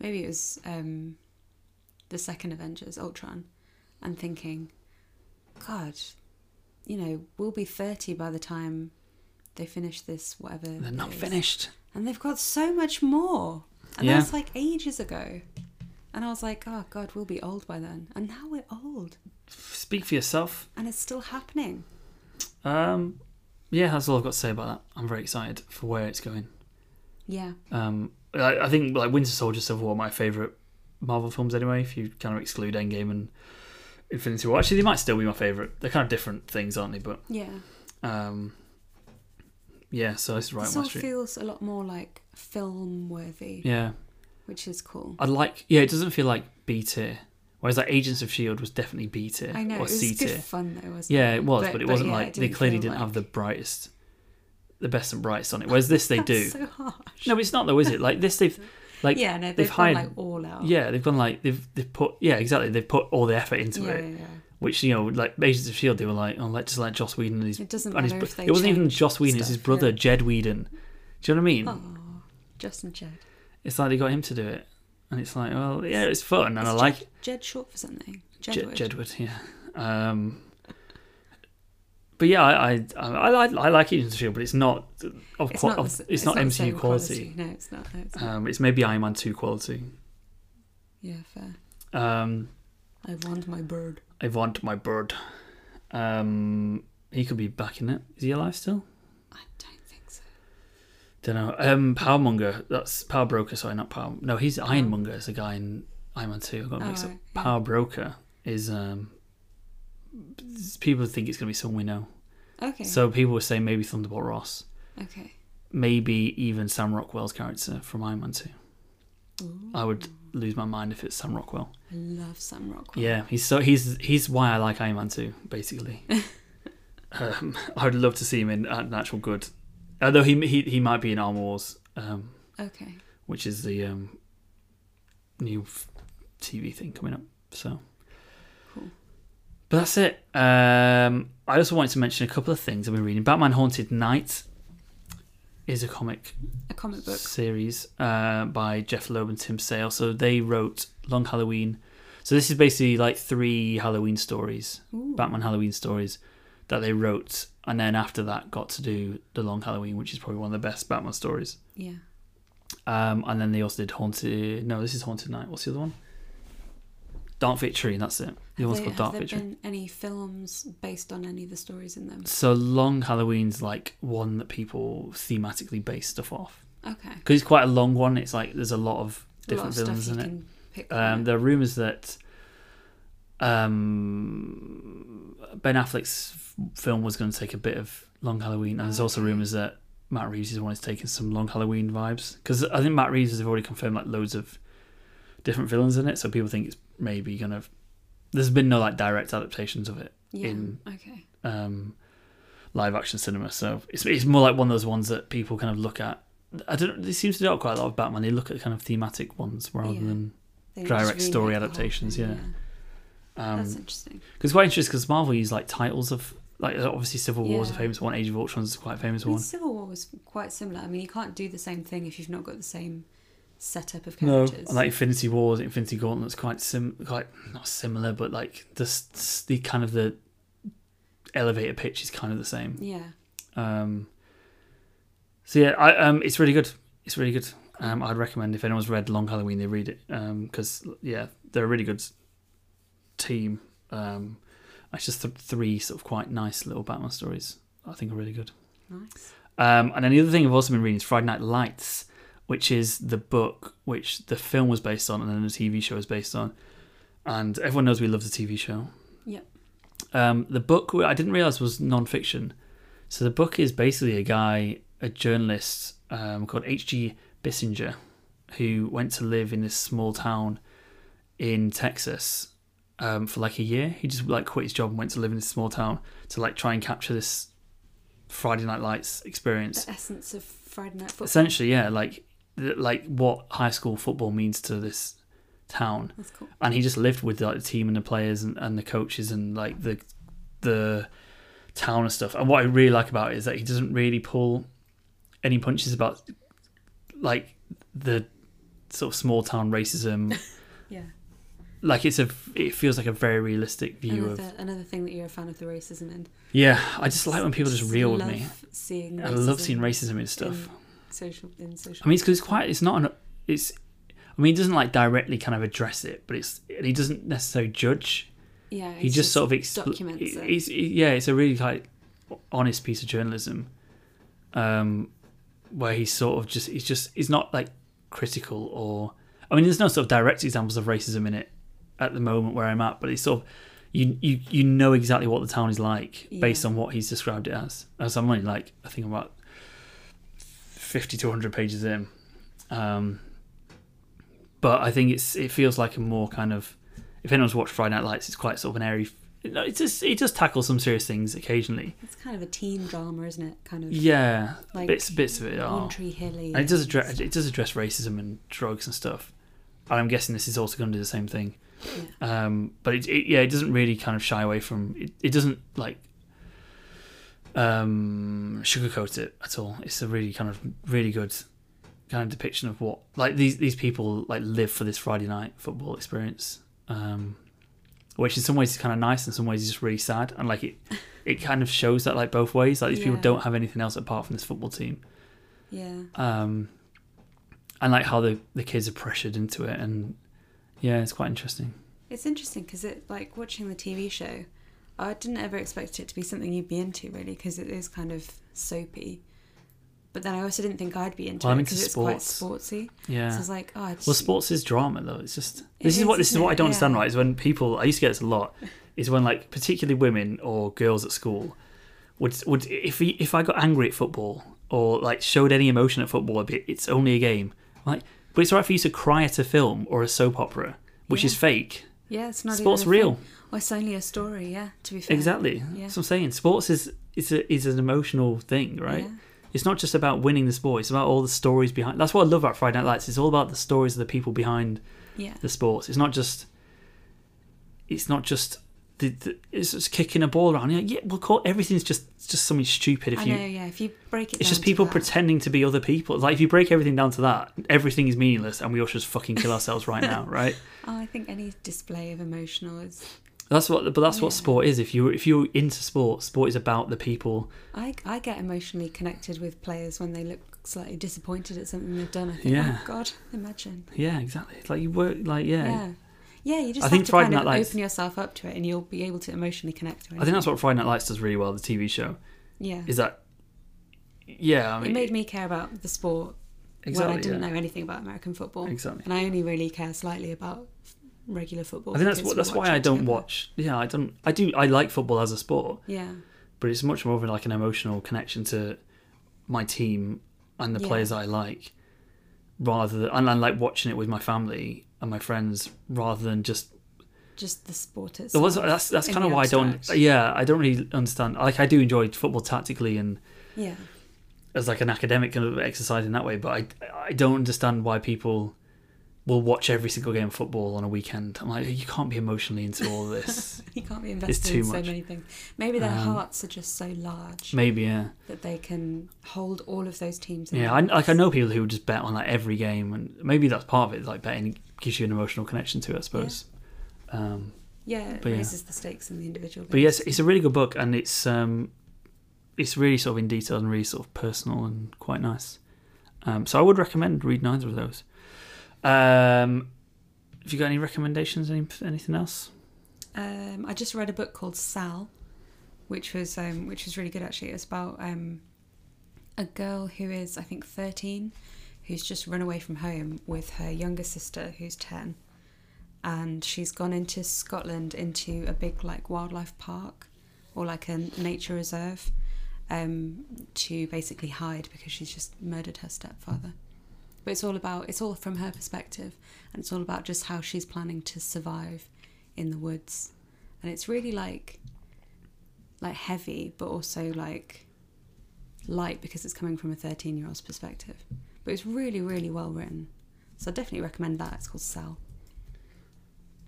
Speaker 2: Maybe it was um, the second Avengers, Ultron, and thinking, God, you know, we'll be 30 by the time they finish this, whatever.
Speaker 1: They're not
Speaker 2: it is."
Speaker 1: finished.
Speaker 2: And they've got so much more. And
Speaker 1: Yeah.
Speaker 2: that was like ages ago. And I was like, oh, God, we'll be old by then. And now we're old.
Speaker 1: Speak for yourself.
Speaker 2: And it's still happening.
Speaker 1: Um, yeah, that's all I've got to say about that. I'm very excited for where it's going.
Speaker 2: Yeah.
Speaker 1: Um, I, I think like Winter Soldier, Civil War, are my favourite Marvel films anyway. If you kind of exclude Endgame and Infinity War, actually, they might still be my favourite. They're kind of different things, aren't they? But
Speaker 2: Yeah.
Speaker 1: um, yeah, so it's right
Speaker 2: this
Speaker 1: on
Speaker 2: all
Speaker 1: my street.
Speaker 2: feels a lot more like film worthy,
Speaker 1: yeah,
Speaker 2: which is cool.
Speaker 1: I like. Yeah, it doesn't feel like B tier. Whereas like Agents of Shield E was definitely B tier
Speaker 2: I know it
Speaker 1: or
Speaker 2: was
Speaker 1: C tier.
Speaker 2: good fun though, wasn't
Speaker 1: Yeah, it was, but,
Speaker 2: But-
Speaker 1: it
Speaker 2: but
Speaker 1: wasn't
Speaker 2: yeah,
Speaker 1: like
Speaker 2: it
Speaker 1: they
Speaker 2: didn't
Speaker 1: clearly
Speaker 2: feel
Speaker 1: didn't have
Speaker 2: like-
Speaker 1: the brightest, the best and brightest on it. Whereas this they
Speaker 2: That's
Speaker 1: do.
Speaker 2: So harsh.
Speaker 1: No, but it's not though, is it? Like this, they've like
Speaker 2: yeah, no, they've,
Speaker 1: they've
Speaker 2: gone,
Speaker 1: hired-
Speaker 2: like all out.
Speaker 1: yeah, they've gone like they've they've put yeah exactly they've put all the effort into
Speaker 2: yeah,
Speaker 1: it,
Speaker 2: yeah, yeah.
Speaker 1: which you know like Agents of Shield they were like oh let just let Joss Whedon and his
Speaker 2: It doesn't
Speaker 1: and his
Speaker 2: matter
Speaker 1: bro-
Speaker 2: if they.
Speaker 1: it wasn't even
Speaker 2: change
Speaker 1: Joss Whedon it's his
Speaker 2: stuff,
Speaker 1: brother
Speaker 2: yeah.
Speaker 1: Jed Whedon, do you know what I mean?
Speaker 2: Oh, Justin Jed.
Speaker 1: It's like they got him to do it, and it's like well yeah it's fun and I
Speaker 2: Is
Speaker 1: like
Speaker 2: Jed, Jed short for something.
Speaker 1: Jed,
Speaker 2: Jedward.
Speaker 1: Jedward yeah, um, but yeah I I I, I, like- I like Agents of Shield but it's not of
Speaker 2: It's
Speaker 1: qua-
Speaker 2: not, the
Speaker 1: of-
Speaker 2: s-
Speaker 1: it's not
Speaker 2: the
Speaker 1: MCU
Speaker 2: same
Speaker 1: quality.
Speaker 2: No, it's not. No, it's not.
Speaker 1: Um, it's maybe Iron Man two quality.
Speaker 2: yeah, fair.
Speaker 1: Um,
Speaker 2: I want my bird.
Speaker 1: I want my bird. Um, he could be back in it. Is he alive still?
Speaker 2: I don't think so.
Speaker 1: Don't know. Um, Powermonger. That's Power Broker. Sorry, not Power. No, he's Ironmonger. Is the guy in Iron Man Two. I got
Speaker 2: Oh,
Speaker 1: mixed up.
Speaker 2: right, yeah.
Speaker 1: Power Broker is um. People think it's gonna be someone we know.
Speaker 2: Okay.
Speaker 1: So people were saying maybe Thunderbolt Ross,
Speaker 2: okay.
Speaker 1: maybe even Sam Rockwell's character from Iron Man Two.
Speaker 2: Ooh,
Speaker 1: I would lose my mind if it's Sam Rockwell.
Speaker 2: I love Sam Rockwell.
Speaker 1: Yeah, he's so he's he's why I like Iron Man too. Basically, um, I would love to see him in an actual good. Although he he he might be in Arm Wars, um,
Speaker 2: Okay.
Speaker 1: which is the um, new f- TV thing coming up. So,
Speaker 2: Cool.
Speaker 1: but that's it. Um, I also wanted to mention a couple of things I've been reading. Batman Haunted Night is a comic
Speaker 2: A comic book.
Speaker 1: series uh, by Jeff Loeb and Tim Sale. So they wrote Long Halloween. So this is basically like three Halloween stories,
Speaker 2: Ooh.
Speaker 1: Batman Halloween stories that they wrote, and then after that got to do the Long Halloween, which is probably one of the best Batman stories.
Speaker 2: Yeah.
Speaker 1: Um, and then they also did Haunted. No, this is Haunted Night. What's the other one? Dark Victory. and That's it. The other
Speaker 2: Have
Speaker 1: one's
Speaker 2: they-
Speaker 1: called
Speaker 2: have
Speaker 1: Dark
Speaker 2: there
Speaker 1: Victory.
Speaker 2: been any films based on any of the stories in them?
Speaker 1: So Long Halloween's like one that people thematically base stuff off
Speaker 2: Okay.
Speaker 1: because it's quite a long one. It's like there's a lot of
Speaker 2: A lot
Speaker 1: different
Speaker 2: of
Speaker 1: villains
Speaker 2: stuff
Speaker 1: in
Speaker 2: you
Speaker 1: it.
Speaker 2: can pick. from
Speaker 1: Um,
Speaker 2: it.
Speaker 1: there are rumours that um, Ben Affleck's f- film was going to take a bit of Long Halloween, and there's also rumours that Matt Reeves is wanting to take in some Long Halloween vibes because I think Matt Reeves has already confirmed like loads of different villains in it, so people think it's maybe going to. There's been no like direct adaptations of it
Speaker 2: Yeah.
Speaker 1: In-
Speaker 2: Okay.
Speaker 1: um, live action cinema. So it's, it's more like one of those ones that people kind of look at. I don't. They seem to do it quite a lot of Batman. They look at kind of thematic ones rather
Speaker 2: Yeah.
Speaker 1: than
Speaker 2: They just
Speaker 1: Direct
Speaker 2: remake
Speaker 1: story
Speaker 2: the whole
Speaker 1: adaptations,
Speaker 2: thing,
Speaker 1: yeah. um,
Speaker 2: That's interesting.
Speaker 1: Because quite interesting because Marvel used like titles of like obviously Civil War is a
Speaker 2: Yeah.
Speaker 1: famous one, Age of Ultron is quite a famous
Speaker 2: I mean,
Speaker 1: one.
Speaker 2: Civil War was quite similar. I mean, you can't do the same thing if you've not got the same setup of
Speaker 1: No,
Speaker 2: characters.
Speaker 1: and, like Infinity Wars, Infinity Gauntlet's quite sim, quite not similar, but like the s- the kind of the elevator pitch is kind of the same.
Speaker 2: yeah.
Speaker 1: Um, so yeah, I um, it's really good. It's really good. Um, I'd recommend if anyone's read Long Halloween, they read it. Um, because yeah, they're a really good team. Um, it's just th- three sort of quite nice little Batman stories. I think are really good.
Speaker 2: Nice.
Speaker 1: Um, and then the other thing I've also been reading is Friday Night Lights, which is the book which the film was based on and then the TV show is based on. And everyone knows we love the TV show.
Speaker 2: Yep.
Speaker 1: Um, the book I didn't realize was non-fiction. So the book is basically a guy, a journalist um, called H.G. Bissinger, who went to live in this small town in Texas um, for like a year. He just like quit his job and went to live in this small town to like try and capture this Friday Night Lights experience.
Speaker 2: The essence of Friday Night Football.
Speaker 1: Essentially, yeah, like th- like what high school football means to this town,
Speaker 2: That's cool.
Speaker 1: and he just lived with like the team and the players and, and the coaches and like the the town and stuff. And what I really like about it is that he doesn't really pull any punches about like the sort of small town racism.
Speaker 2: Yeah.
Speaker 1: like it's a it feels like a very realistic view of
Speaker 2: Another, another thing that you're a fan of the racism in.
Speaker 1: yeah. I just like when people just reel with me.
Speaker 2: love Seeing
Speaker 1: I love seeing
Speaker 2: racism
Speaker 1: racism and stuff.
Speaker 2: in social in social.
Speaker 1: I mean, it's because it's quite. It's not an. It's. I mean, he doesn't like directly kind of address it, but it's. And he doesn't necessarily judge.
Speaker 2: yeah,
Speaker 1: He
Speaker 2: it's
Speaker 1: just, sort of expl-
Speaker 2: documents
Speaker 1: it-
Speaker 2: it.
Speaker 1: It's, it- yeah, it's a really like honest piece of journalism, um, where he's sort of just. He's just. He's not like critical or. I mean, there's no sort of direct examples of racism in it at the moment where I'm at, but it's sort of. You, you you know exactly what the town is like based
Speaker 2: Yeah.
Speaker 1: on what he's described it as. As I'm only like I think I'm about fifty to hundred pages in. Um, but I think it's it feels like a more kind of if anyone's watched Friday Night Lights, it's quite sort of an airy. No, it just it just tackles some serious things occasionally.
Speaker 2: It's kind of a teen drama, isn't it? Kind of
Speaker 1: Yeah,
Speaker 2: Like,
Speaker 1: bits bits of it are,
Speaker 2: One Tree Hilly.
Speaker 1: and it does address it does address racism and drugs and stuff. And I'm guessing this is also going to do the same thing.
Speaker 2: Yeah.
Speaker 1: Um, but it, it yeah, it doesn't really kind of shy away from it. It doesn't like um, sugarcoat it at all. It's a really kind of really good kind of depiction of what like these these people like live for this Friday night football experience, um, which in some ways is kind of nice, in some ways is just really sad, and like it it kind of shows that like both ways. Like these people
Speaker 2: Yeah.
Speaker 1: don't have anything else apart from this football team
Speaker 2: Yeah.
Speaker 1: um, and like how the the kids are pressured into it, and yeah, it's quite interesting.
Speaker 2: It's interesting because it like watching the TV show, I didn't ever expect it to be something you'd be into really because it is kind of soapy. But then I also didn't think I'd be into
Speaker 1: Well,
Speaker 2: it
Speaker 1: I'm into
Speaker 2: because it's quite sportsy.
Speaker 1: Yeah.
Speaker 2: So I was like, oh, I just,
Speaker 1: well, sports is drama though. It's just
Speaker 2: It
Speaker 1: this is, what
Speaker 2: is,
Speaker 1: this is
Speaker 2: isn't
Speaker 1: what
Speaker 2: it?
Speaker 1: I don't understand.
Speaker 2: Yeah.
Speaker 1: Right, is when people I used to get this a lot. Is when like particularly women or girls at school would would if he, if I got angry at football or like showed any emotion at football, it'd be, it's only a game. Like, but it's alright for you to cry at a film or a soap opera, which
Speaker 2: Yeah.
Speaker 1: is fake.
Speaker 2: yeah, it's not
Speaker 1: sports
Speaker 2: even a thing.
Speaker 1: real.
Speaker 2: Well, it's only a story, yeah. To be fair,
Speaker 1: Exactly.
Speaker 2: Yeah.
Speaker 1: That's what I'm saying. Sports is is a, is an emotional thing, right?
Speaker 2: Yeah.
Speaker 1: It's not just about winning the sport. It's about all the stories behind. That's what I love about Friday Night Lights. It's all about the stories of the people behind
Speaker 2: Yeah,
Speaker 1: the sports. It's not just. It's not just. The, the, it's just kicking a ball around. Yeah, yeah, well, call, everything's just it's just something stupid. If
Speaker 2: I
Speaker 1: you,
Speaker 2: know. Yeah, if you break it,
Speaker 1: it's
Speaker 2: down
Speaker 1: just
Speaker 2: to
Speaker 1: people
Speaker 2: that,
Speaker 1: pretending to be other people. Like if you break everything down to that, everything is meaningless, and we all should just fucking kill ourselves right now, right?
Speaker 2: Oh, I think any display of emotional is.
Speaker 1: That's what. But that's what
Speaker 2: Yeah.
Speaker 1: sport is. If you if you're into sport, sport is about the people
Speaker 2: I I get emotionally connected with players when they look slightly disappointed at something they've done. I think,
Speaker 1: Yeah.
Speaker 2: oh God, imagine.
Speaker 1: Yeah, exactly. It's Like you work, like yeah.
Speaker 2: Yeah. Yeah, you
Speaker 1: I
Speaker 2: just have
Speaker 1: think
Speaker 2: to
Speaker 1: Friday
Speaker 2: kind of
Speaker 1: Night Lights-
Speaker 2: open yourself up to it and you'll be able to emotionally connect to it.
Speaker 1: I think that's what Friday Night Lights does really well. The TV show
Speaker 2: Yeah.
Speaker 1: is that. Yeah, I mean,
Speaker 2: it made me care about the sport
Speaker 1: exactly.
Speaker 2: when I didn't
Speaker 1: yeah.
Speaker 2: know anything about American football.
Speaker 1: Exactly.
Speaker 2: And I only really care slightly about regular football.
Speaker 1: I think that's
Speaker 2: because
Speaker 1: what
Speaker 2: we
Speaker 1: that's
Speaker 2: watch
Speaker 1: why I
Speaker 2: it
Speaker 1: don't
Speaker 2: together.
Speaker 1: watch. Yeah, I don't. I do. I like football as a sport,
Speaker 2: Yeah,
Speaker 1: but it's much more of like an emotional connection to my team and the
Speaker 2: Yeah.
Speaker 1: players that I like, rather than and I like watching it with my family and my friends rather than just.
Speaker 2: just the sport
Speaker 1: There
Speaker 2: itself.
Speaker 1: was that's that's
Speaker 2: in
Speaker 1: kind of
Speaker 2: the
Speaker 1: why I don't.
Speaker 2: abstract.
Speaker 1: Yeah, I don't really understand. Like I do enjoy football tactically and
Speaker 2: yeah,
Speaker 1: as like an academic kind of exercise in that way, but I I don't understand why people will watch every single game of football on a weekend. I'm like, you can't be emotionally into all this.
Speaker 2: you can't be invested
Speaker 1: too
Speaker 2: in so
Speaker 1: much.
Speaker 2: many things. Maybe their
Speaker 1: Um,
Speaker 2: hearts are just so large
Speaker 1: Maybe yeah,
Speaker 2: that they can hold all of those teams. in
Speaker 1: yeah. I
Speaker 2: their
Speaker 1: like I
Speaker 2: hearts.
Speaker 1: know people who just bet on like every game, and maybe that's part of it. Like betting gives you an emotional connection to it, I suppose. Um,
Speaker 2: Yeah, it
Speaker 1: but yeah.
Speaker 2: raises the stakes in the individual.
Speaker 1: but yes,
Speaker 2: games.
Speaker 1: it's a really good book, and it's um, it's really sort of in detail and really sort of personal and quite nice. Um, so I would recommend reading either of those. Um, have you got any recommendations? Any, anything else?
Speaker 2: Um, I just read a book called Sal, which was um, which was really good actually. It was about um, a girl who is I think thirteen, who's just run away from home with her younger sister who's ten, and she's gone into Scotland into a big like wildlife park or like a nature reserve um, to basically hide because she's just murdered her stepfather. But it's all about it's all from her perspective, and it's all about just how she's planning to survive in the woods, and it's really like like heavy, but also like light because it's coming from a thirteen year old's perspective. But it's really really well written, so I definitely recommend that. It's called Sal.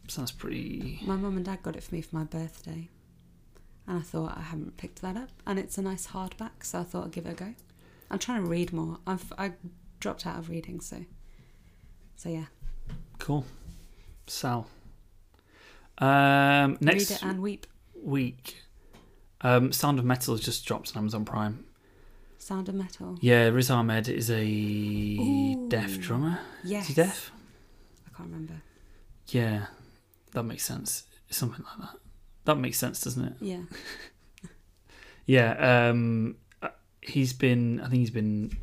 Speaker 1: Sounds pretty.
Speaker 2: My mum and dad got it for me for my birthday. And I thought I haven't picked that up. And it's a nice hardback, so I thought I'd give it a go. I'm trying to read more. I've I dropped out of reading, so so yeah.
Speaker 1: Cool. Sal. Um, next
Speaker 2: Read it and weep.
Speaker 1: week, um, Sound of Metal has just dropped on Amazon Prime.
Speaker 2: Sound of metal.
Speaker 1: Yeah, Riz Ahmed is a
Speaker 2: Ooh.
Speaker 1: deaf drummer.
Speaker 2: Yes.
Speaker 1: Is he deaf?
Speaker 2: I can't remember.
Speaker 1: Yeah, that makes sense. Something like that. That makes sense, doesn't it?
Speaker 2: Yeah.
Speaker 1: Yeah. Um, uh, he's been. I think he's been.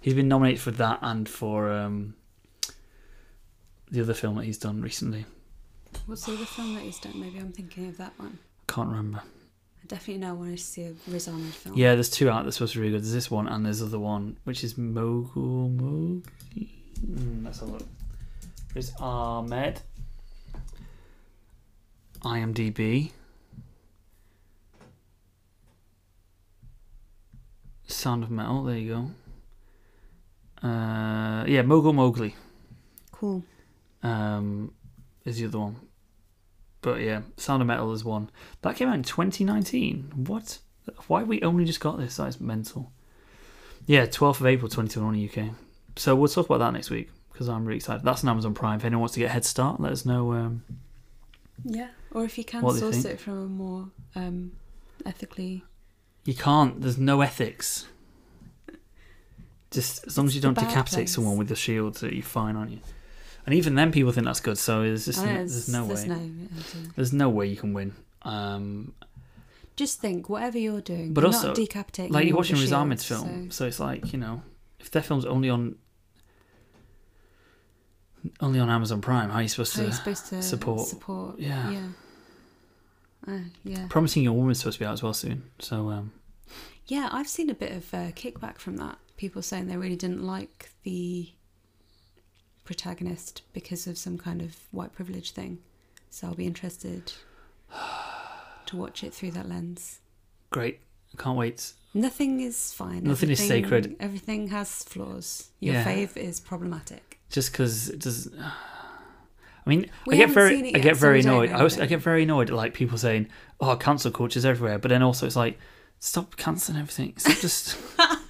Speaker 1: He's been nominated for that and for um, the other film that he's done recently.
Speaker 2: What's the other film that he's done? Maybe I'm thinking of that one.
Speaker 1: Can't remember.
Speaker 2: I definitely know I wanted to see a Riz Ahmed film.
Speaker 1: Yeah, there's two out that's supposed to be really good. There's this one and there's other one, which is Mogul Mogul. Mm, let's have a look. There's Ahmed. IMDb. Sound of Metal, there you go. Uh, yeah, Mogul Mowgli
Speaker 2: Cool.
Speaker 1: um, is the other one. But yeah, Sound of Metal is one. That came out in 2019. What? Why we only just got this? That is mental. Yeah, 12th of April 2021 in UK. So we'll talk about that next week because I'm really excited. That's on Amazon Prime. If anyone wants to get a head start, let us know. Um,
Speaker 2: Yeah. Or if you can
Speaker 1: What do you
Speaker 2: source
Speaker 1: think?
Speaker 2: it from a more um, ethically
Speaker 1: you can't. There's no ethics. Just as long as you don't
Speaker 2: the bad
Speaker 1: decapitate
Speaker 2: place.
Speaker 1: someone with the shield, so you're fine, aren't you? And even then, people think that's good. So there's just
Speaker 2: I
Speaker 1: no,
Speaker 2: know,
Speaker 1: there's no way.
Speaker 2: idea.
Speaker 1: There's no way you can win. Um,
Speaker 2: Just think, whatever you're doing,
Speaker 1: But
Speaker 2: you're
Speaker 1: also,
Speaker 2: not decapitating.
Speaker 1: like you're
Speaker 2: anyone
Speaker 1: watching
Speaker 2: with
Speaker 1: Riz
Speaker 2: a
Speaker 1: Ahmed's
Speaker 2: shield,
Speaker 1: film,
Speaker 2: so-
Speaker 1: so. it's like you know, if their film's only on only on Amazon Prime, how are you supposed
Speaker 2: How are
Speaker 1: to?
Speaker 2: you supposed to
Speaker 1: support-
Speaker 2: support? Support.
Speaker 1: yeah.
Speaker 2: Yeah. Uh, yeah.
Speaker 1: Promising Young Woman's supposed to be out as well soon, so um,
Speaker 2: Yeah, I've seen a bit of uh, kickback from that. People saying they really didn't like the protagonist because of some kind of white privilege thing. So I'll be interested to watch it through that lens.
Speaker 1: great. Can't wait.
Speaker 2: Nothing is fine.
Speaker 1: Nothing is
Speaker 2: Everything-
Speaker 1: sacred.
Speaker 2: Everything has flaws. Your
Speaker 1: Yeah.
Speaker 2: fave is problematic.
Speaker 1: Just because it doesn't. I mean,
Speaker 2: We
Speaker 1: I get
Speaker 2: haven't
Speaker 1: very,
Speaker 2: seen it
Speaker 1: I
Speaker 2: yet,
Speaker 1: get
Speaker 2: so
Speaker 1: very
Speaker 2: we don't
Speaker 1: annoyed.
Speaker 2: know,
Speaker 1: I, was,
Speaker 2: but-
Speaker 1: I get very annoyed at like people saying, "Oh, cancel culture's everywhere," but then also it's like, stop canceling everything. Stop just,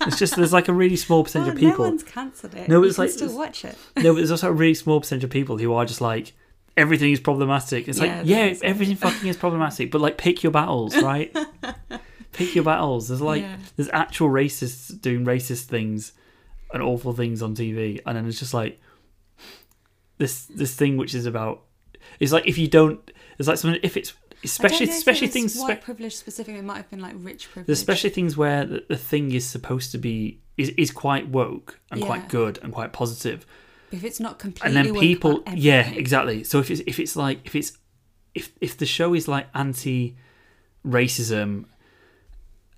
Speaker 1: it's just there's like a really small percentage
Speaker 2: Well,
Speaker 1: of people.
Speaker 2: Oh, No one's cancelled it.
Speaker 1: No,
Speaker 2: No,
Speaker 1: but it's
Speaker 2: it's you
Speaker 1: like-
Speaker 2: can still watch it.
Speaker 1: No, but there's also a really small percentage of people who are just like everything is problematic. It's
Speaker 2: Yeah,
Speaker 1: like yeah,
Speaker 2: that's-
Speaker 1: everything fucking is problematic, but like pick your battles, right? pick your battles. There's like
Speaker 2: Yeah.
Speaker 1: there's actual racists doing racist things and awful things on TV, and then it's just like this this thing which is about it's like if you don't it's like something if it's especially especially things
Speaker 2: White
Speaker 1: spe-
Speaker 2: privilege specifically. It might have been like rich privilege.
Speaker 1: there's especially things where the, the thing is supposed to be is, is quite woke and
Speaker 2: Yeah.
Speaker 1: quite good and quite positive
Speaker 2: But if it's not completely
Speaker 1: and then
Speaker 2: woke
Speaker 1: people
Speaker 2: about
Speaker 1: yeah
Speaker 2: everything-
Speaker 1: exactly so if it's if it's like if it's if if the show is like anti racism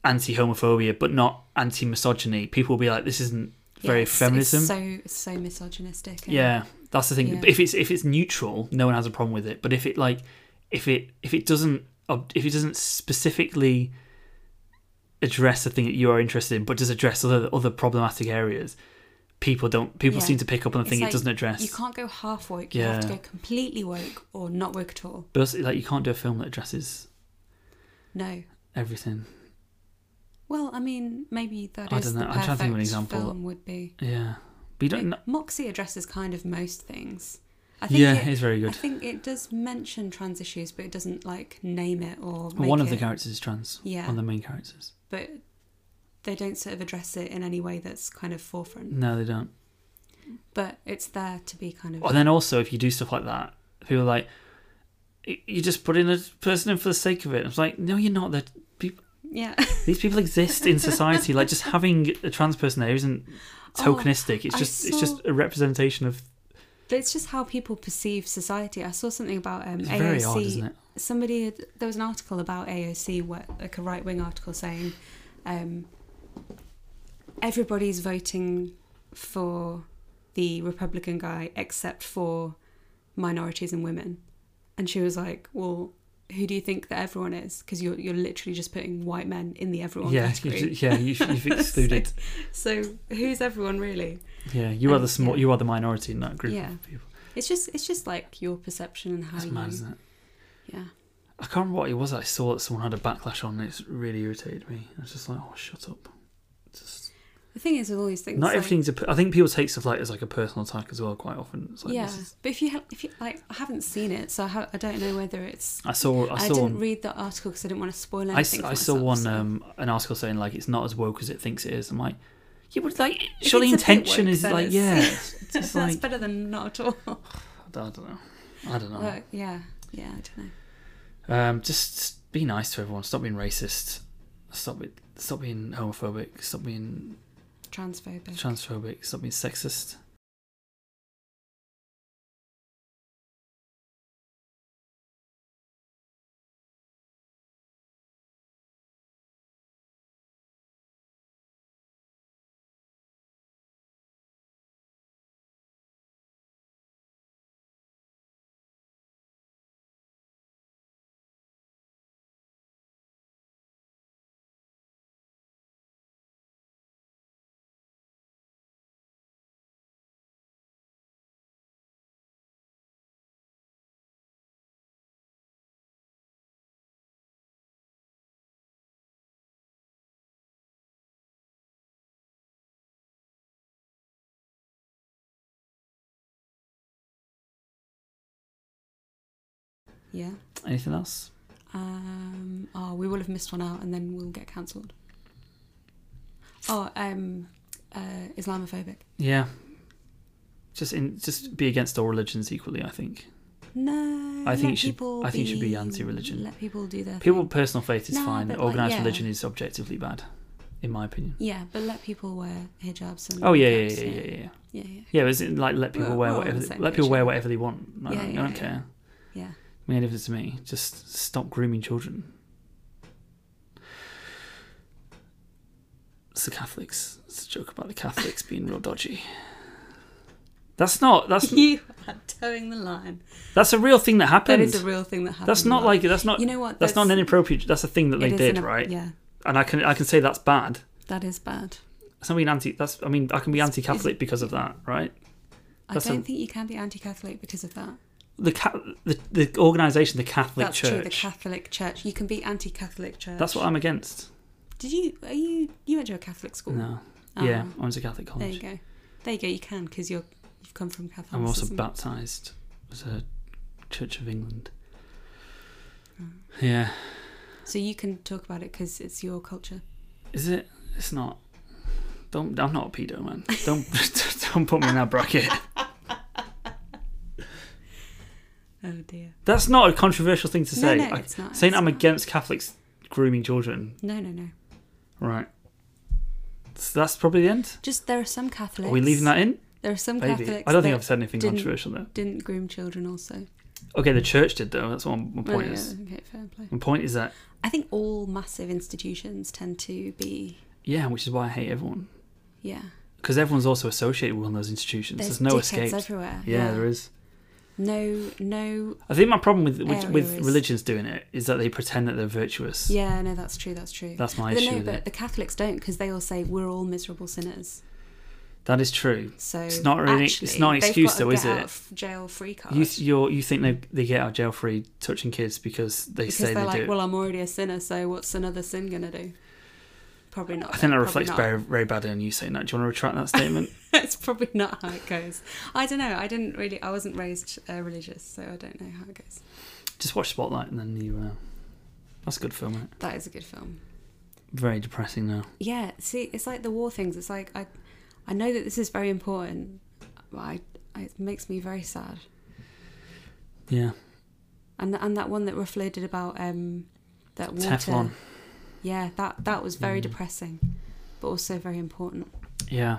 Speaker 1: anti homophobia but not anti misogyny people will be like this isn't very
Speaker 2: Yeah, it's-
Speaker 1: feminism
Speaker 2: It's so it's so misogynistic. and-
Speaker 1: yeah that's the thing
Speaker 2: Yeah.
Speaker 1: if it's if it's neutral no one has a problem with it but if it like if it if it doesn't ob- if it doesn't specifically address the thing that you are interested in but does address other other problematic areas people don't people
Speaker 2: Yeah.
Speaker 1: seem to pick up on the
Speaker 2: It's
Speaker 1: thing it
Speaker 2: like,
Speaker 1: doesn't address
Speaker 2: You can't go half woke. You have to
Speaker 1: Yeah.
Speaker 2: go completely woke or not woke at all.
Speaker 1: But also, like, you can't do a film that addresses
Speaker 2: No.
Speaker 1: everything.
Speaker 2: Well, I mean, maybe that
Speaker 1: I
Speaker 2: is
Speaker 1: don't know.
Speaker 2: the
Speaker 1: I'm trying to
Speaker 2: perfect
Speaker 1: think of an example.
Speaker 2: film would be.
Speaker 1: Yeah, but you don't.
Speaker 2: Like, Moxie addresses kind of most things. I think
Speaker 1: yeah,
Speaker 2: it,
Speaker 1: it's very
Speaker 2: I
Speaker 1: good.
Speaker 2: think it does mention trans issues, but it doesn't like name it or make
Speaker 1: One of the
Speaker 2: it-
Speaker 1: characters is trans.
Speaker 2: Yeah.
Speaker 1: One of the main characters.
Speaker 2: But they don't sort of address it in any way that's kind of forefront.
Speaker 1: No, they don't.
Speaker 2: But it's there to be kind of.
Speaker 1: And then also, if you do stuff like that, people are like, "Y- you just put in a person in for the sake of it. I was like, no, you're not. That
Speaker 2: yeah.
Speaker 1: these people exist in society. like, just having a trans person there isn't
Speaker 2: Oh,
Speaker 1: tokenistic. it's
Speaker 2: I
Speaker 1: just, it's
Speaker 2: saw-
Speaker 1: just a representation of.
Speaker 2: But it's just how people perceive society. I saw something about um,
Speaker 1: It's
Speaker 2: AOC.
Speaker 1: very odd, isn't it?
Speaker 2: Somebody had- there was an article about AOC, where, like a right wing article saying, um, everybody's voting for the Republican guy except for minorities and women, and she was like, well. Who do you think that everyone is? Because you're you're literally just putting white men in the everyone
Speaker 1: Yeah,
Speaker 2: category.
Speaker 1: you- yeah, you've, you've excluded.
Speaker 2: So who's everyone really?
Speaker 1: yeah, you are
Speaker 2: And-
Speaker 1: the small.
Speaker 2: yeah.
Speaker 1: You are the minority in that group
Speaker 2: Yeah.
Speaker 1: of people.
Speaker 2: It's just it's just like your perception and how
Speaker 1: That's
Speaker 2: you.
Speaker 1: mad, isn't it?
Speaker 2: Yeah.
Speaker 1: I can't remember what it was that I saw that someone had a backlash on, and it's really irritated me. I was just like, oh, shut up. Just,
Speaker 2: The thing is with all these things,
Speaker 1: not
Speaker 2: like-
Speaker 1: everything's. A, per- I think people take stuff like as like a personal attack as well. Quite often, it's like,
Speaker 2: yeah,
Speaker 1: this is,
Speaker 2: but if you ha- if you like, I haven't seen it, so I, ha- I don't know whether it's.
Speaker 1: I saw. I
Speaker 2: I,
Speaker 1: saw.
Speaker 2: didn't
Speaker 1: one-
Speaker 2: read the article because I didn't want to spoil
Speaker 1: I, s-
Speaker 2: anything. for
Speaker 1: I saw
Speaker 2: myself,
Speaker 1: one
Speaker 2: so-
Speaker 1: um, an article saying like it's not as woke as it thinks it is. I'm like, yeah, but like
Speaker 2: If
Speaker 1: surely
Speaker 2: it's a bit
Speaker 1: intention
Speaker 2: woke,
Speaker 1: is
Speaker 2: then
Speaker 1: like
Speaker 2: it's-
Speaker 1: yeah. It's it's
Speaker 2: That's
Speaker 1: just like
Speaker 2: better than not at all.
Speaker 1: I don't know. I don't know.
Speaker 2: Well, yeah, yeah, I don't know.
Speaker 1: Um, just be nice to everyone. Stop being racist. Stop it. Stop being homophobic. Stop being
Speaker 2: Transphobic.
Speaker 1: transphobic. Stop being sexist.
Speaker 2: yeah.
Speaker 1: Anything else?
Speaker 2: Um. Oh, we will have missed one out, and then we'll get cancelled. Oh, um, uh, Islamophobic.
Speaker 1: Yeah. Just in, just be against all religions equally. I think
Speaker 2: No.
Speaker 1: I think
Speaker 2: let
Speaker 1: it should-
Speaker 2: people
Speaker 1: I think it should be anti-religion.
Speaker 2: Let people do their
Speaker 1: people
Speaker 2: thing.
Speaker 1: personal faith is
Speaker 2: No,
Speaker 1: fine.
Speaker 2: but, like,
Speaker 1: Organized
Speaker 2: yeah.
Speaker 1: religion is objectively bad, in my opinion.
Speaker 2: Yeah, but let people wear hijabs and.
Speaker 1: Oh yeah, yeah,
Speaker 2: niqabs,
Speaker 1: yeah, yeah, yeah.
Speaker 2: yeah, yeah.
Speaker 1: Yeah, is it like let people
Speaker 2: We're-
Speaker 1: wear
Speaker 2: we're all on
Speaker 1: whatever
Speaker 2: the
Speaker 1: they,
Speaker 2: same
Speaker 1: let
Speaker 2: page,
Speaker 1: people wear
Speaker 2: yeah.
Speaker 1: whatever they want. I
Speaker 2: Yeah,
Speaker 1: don't,
Speaker 2: yeah,
Speaker 1: I don't
Speaker 2: yeah.
Speaker 1: care.
Speaker 2: yeah.
Speaker 1: Make any difference to me. Just stop grooming children. It's the Catholics. It's a joke about the Catholics being real dodgy. That's not. That's
Speaker 2: you are towing the line.
Speaker 1: that's a real thing that
Speaker 2: That
Speaker 1: happened.
Speaker 2: is a real thing that happened.
Speaker 1: that's not
Speaker 2: Like,
Speaker 1: like that's not.
Speaker 2: you know what?
Speaker 1: that's, not an inappropriate. That's a thing that
Speaker 2: it
Speaker 1: they
Speaker 2: is
Speaker 1: did,
Speaker 2: an-
Speaker 1: right?
Speaker 2: Yeah,
Speaker 1: And I can I can say that's bad.
Speaker 2: that is bad.
Speaker 1: That's not being anti. That's I mean I can be anti-Catholic because of that, right? That's
Speaker 2: I don't
Speaker 1: a-
Speaker 2: think you can be anti-Catholic because of that.
Speaker 1: The ca- the, the organization, the Catholic
Speaker 2: That's true.
Speaker 1: Church.
Speaker 2: The Catholic Church. You can be anti-Catholic Church.
Speaker 1: That's what I'm against.
Speaker 2: Did you? Are you? You went to a Catholic school?
Speaker 1: No.
Speaker 2: Ah,
Speaker 1: Yeah, I went to Catholic
Speaker 2: There
Speaker 1: college.
Speaker 2: you go. There you go. You can because you're you've come from Catholic.
Speaker 1: I'm also baptized as a Church of England.
Speaker 2: Mm.
Speaker 1: Yeah,
Speaker 2: so you can talk about it because it's your culture.
Speaker 1: is it? It's not. Don't. I'm not a pedo, man. Don't. don't put me in that bracket.
Speaker 2: Oh dear.
Speaker 1: That's not a controversial thing to
Speaker 2: No,
Speaker 1: say.
Speaker 2: no,
Speaker 1: I-
Speaker 2: it's not,
Speaker 1: Saying
Speaker 2: it's
Speaker 1: I'm
Speaker 2: not.
Speaker 1: against Catholics grooming children.
Speaker 2: No, no, no.
Speaker 1: Right. So that's probably the end.
Speaker 2: Just there are some Catholics.
Speaker 1: Are we leaving that in?
Speaker 2: There are some
Speaker 1: Baby.
Speaker 2: Catholics
Speaker 1: I don't think
Speaker 2: that
Speaker 1: I've said anything
Speaker 2: didn't-
Speaker 1: controversial there.
Speaker 2: didn't groom children also.
Speaker 1: Okay, the church did though. That's one. My
Speaker 2: Oh,
Speaker 1: point
Speaker 2: yeah,
Speaker 1: is.
Speaker 2: okay, fair play.
Speaker 1: My point is that
Speaker 2: I think all massive institutions tend to be,
Speaker 1: yeah, which is why I hate everyone
Speaker 2: yeah.
Speaker 1: because everyone's also associated with one of those institutions. There's,
Speaker 2: There's,
Speaker 1: no
Speaker 2: dickheads
Speaker 1: escape.
Speaker 2: everywhere.
Speaker 1: Yeah, there is.
Speaker 2: No, no.
Speaker 1: I think my problem with with, with
Speaker 2: Areas.
Speaker 1: religions doing it is that they pretend that they're virtuous.
Speaker 2: Yeah, no, that's true. That's true.
Speaker 1: That's my
Speaker 2: but
Speaker 1: issue
Speaker 2: no,
Speaker 1: with
Speaker 2: but
Speaker 1: it.
Speaker 2: the Catholics don't because they all say we're all miserable sinners.
Speaker 1: That is true.
Speaker 2: So
Speaker 1: It's not really- it's
Speaker 2: actually,
Speaker 1: not an
Speaker 2: they've
Speaker 1: excuse
Speaker 2: got
Speaker 1: though,
Speaker 2: a
Speaker 1: is
Speaker 2: get
Speaker 1: it?
Speaker 2: Out of jail free card.
Speaker 1: You you you think they they get out of jail free touching kids because they
Speaker 2: because
Speaker 1: say
Speaker 2: they're
Speaker 1: they
Speaker 2: like,
Speaker 1: do. it.
Speaker 2: well, I'm already a sinner, so what's another sin gonna do? Probably not.
Speaker 1: I think that
Speaker 2: probably
Speaker 1: reflects
Speaker 2: not.
Speaker 1: very very badly on you saying that. Do you want to retract that statement?
Speaker 2: That's probably not how it goes. I don't know. I didn't really. I wasn't raised uh, religious, so I don't know how it goes.
Speaker 1: Just watch Spotlight and then you. Uh, that's a good film. Isn't it?
Speaker 2: That is a good film.
Speaker 1: Very depressing now.
Speaker 2: Yeah. See, it's like the war things. It's like I, I know that this is very important. But I, I it makes me very sad.
Speaker 1: Yeah,
Speaker 2: And and that one that Ruff loaded about um, that water.
Speaker 1: Teflon.
Speaker 2: Yeah, that that was very depressing, but also very important.
Speaker 1: Yeah.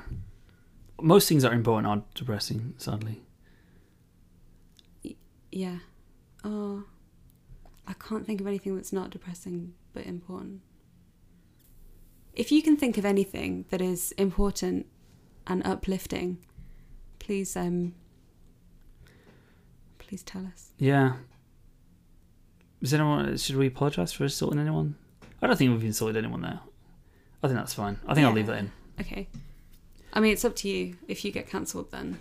Speaker 1: Most things that are important are depressing, sadly.
Speaker 2: Yeah. Oh, I can't think of anything that's not depressing but important. If you can think of anything that is important and uplifting, please um please tell us.
Speaker 1: Yeah. Is anyone? Should we apologise for insulting anyone? I don't think we've insulted anyone there. I think that's fine. I think I'll leave that in.
Speaker 2: Okay. I mean, it's up to you. If you get cancelled, then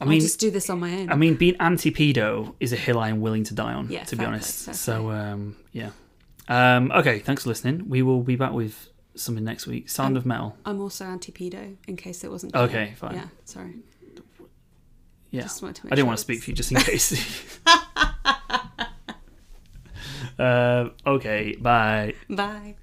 Speaker 1: I
Speaker 2: I'll
Speaker 1: mean,
Speaker 2: just do this on my own.
Speaker 1: I mean, being anti-pedo is a hill I am willing to die on.
Speaker 2: Yeah,
Speaker 1: to be
Speaker 2: fair
Speaker 1: honest.
Speaker 2: play, fair
Speaker 1: so, um, yeah. Um, okay, thanks for listening. We will be back with something next week. Sound
Speaker 2: Um,
Speaker 1: of Metal.
Speaker 2: I'm also anti-pedo, in case it wasn't. clear.
Speaker 1: Okay, fine.
Speaker 2: Yeah, sorry.
Speaker 1: Yeah.
Speaker 2: Just wanted to
Speaker 1: I
Speaker 2: make
Speaker 1: didn't
Speaker 2: sure
Speaker 1: want to speak
Speaker 2: it's-
Speaker 1: for you just in case. uh, okay, bye.
Speaker 2: Bye.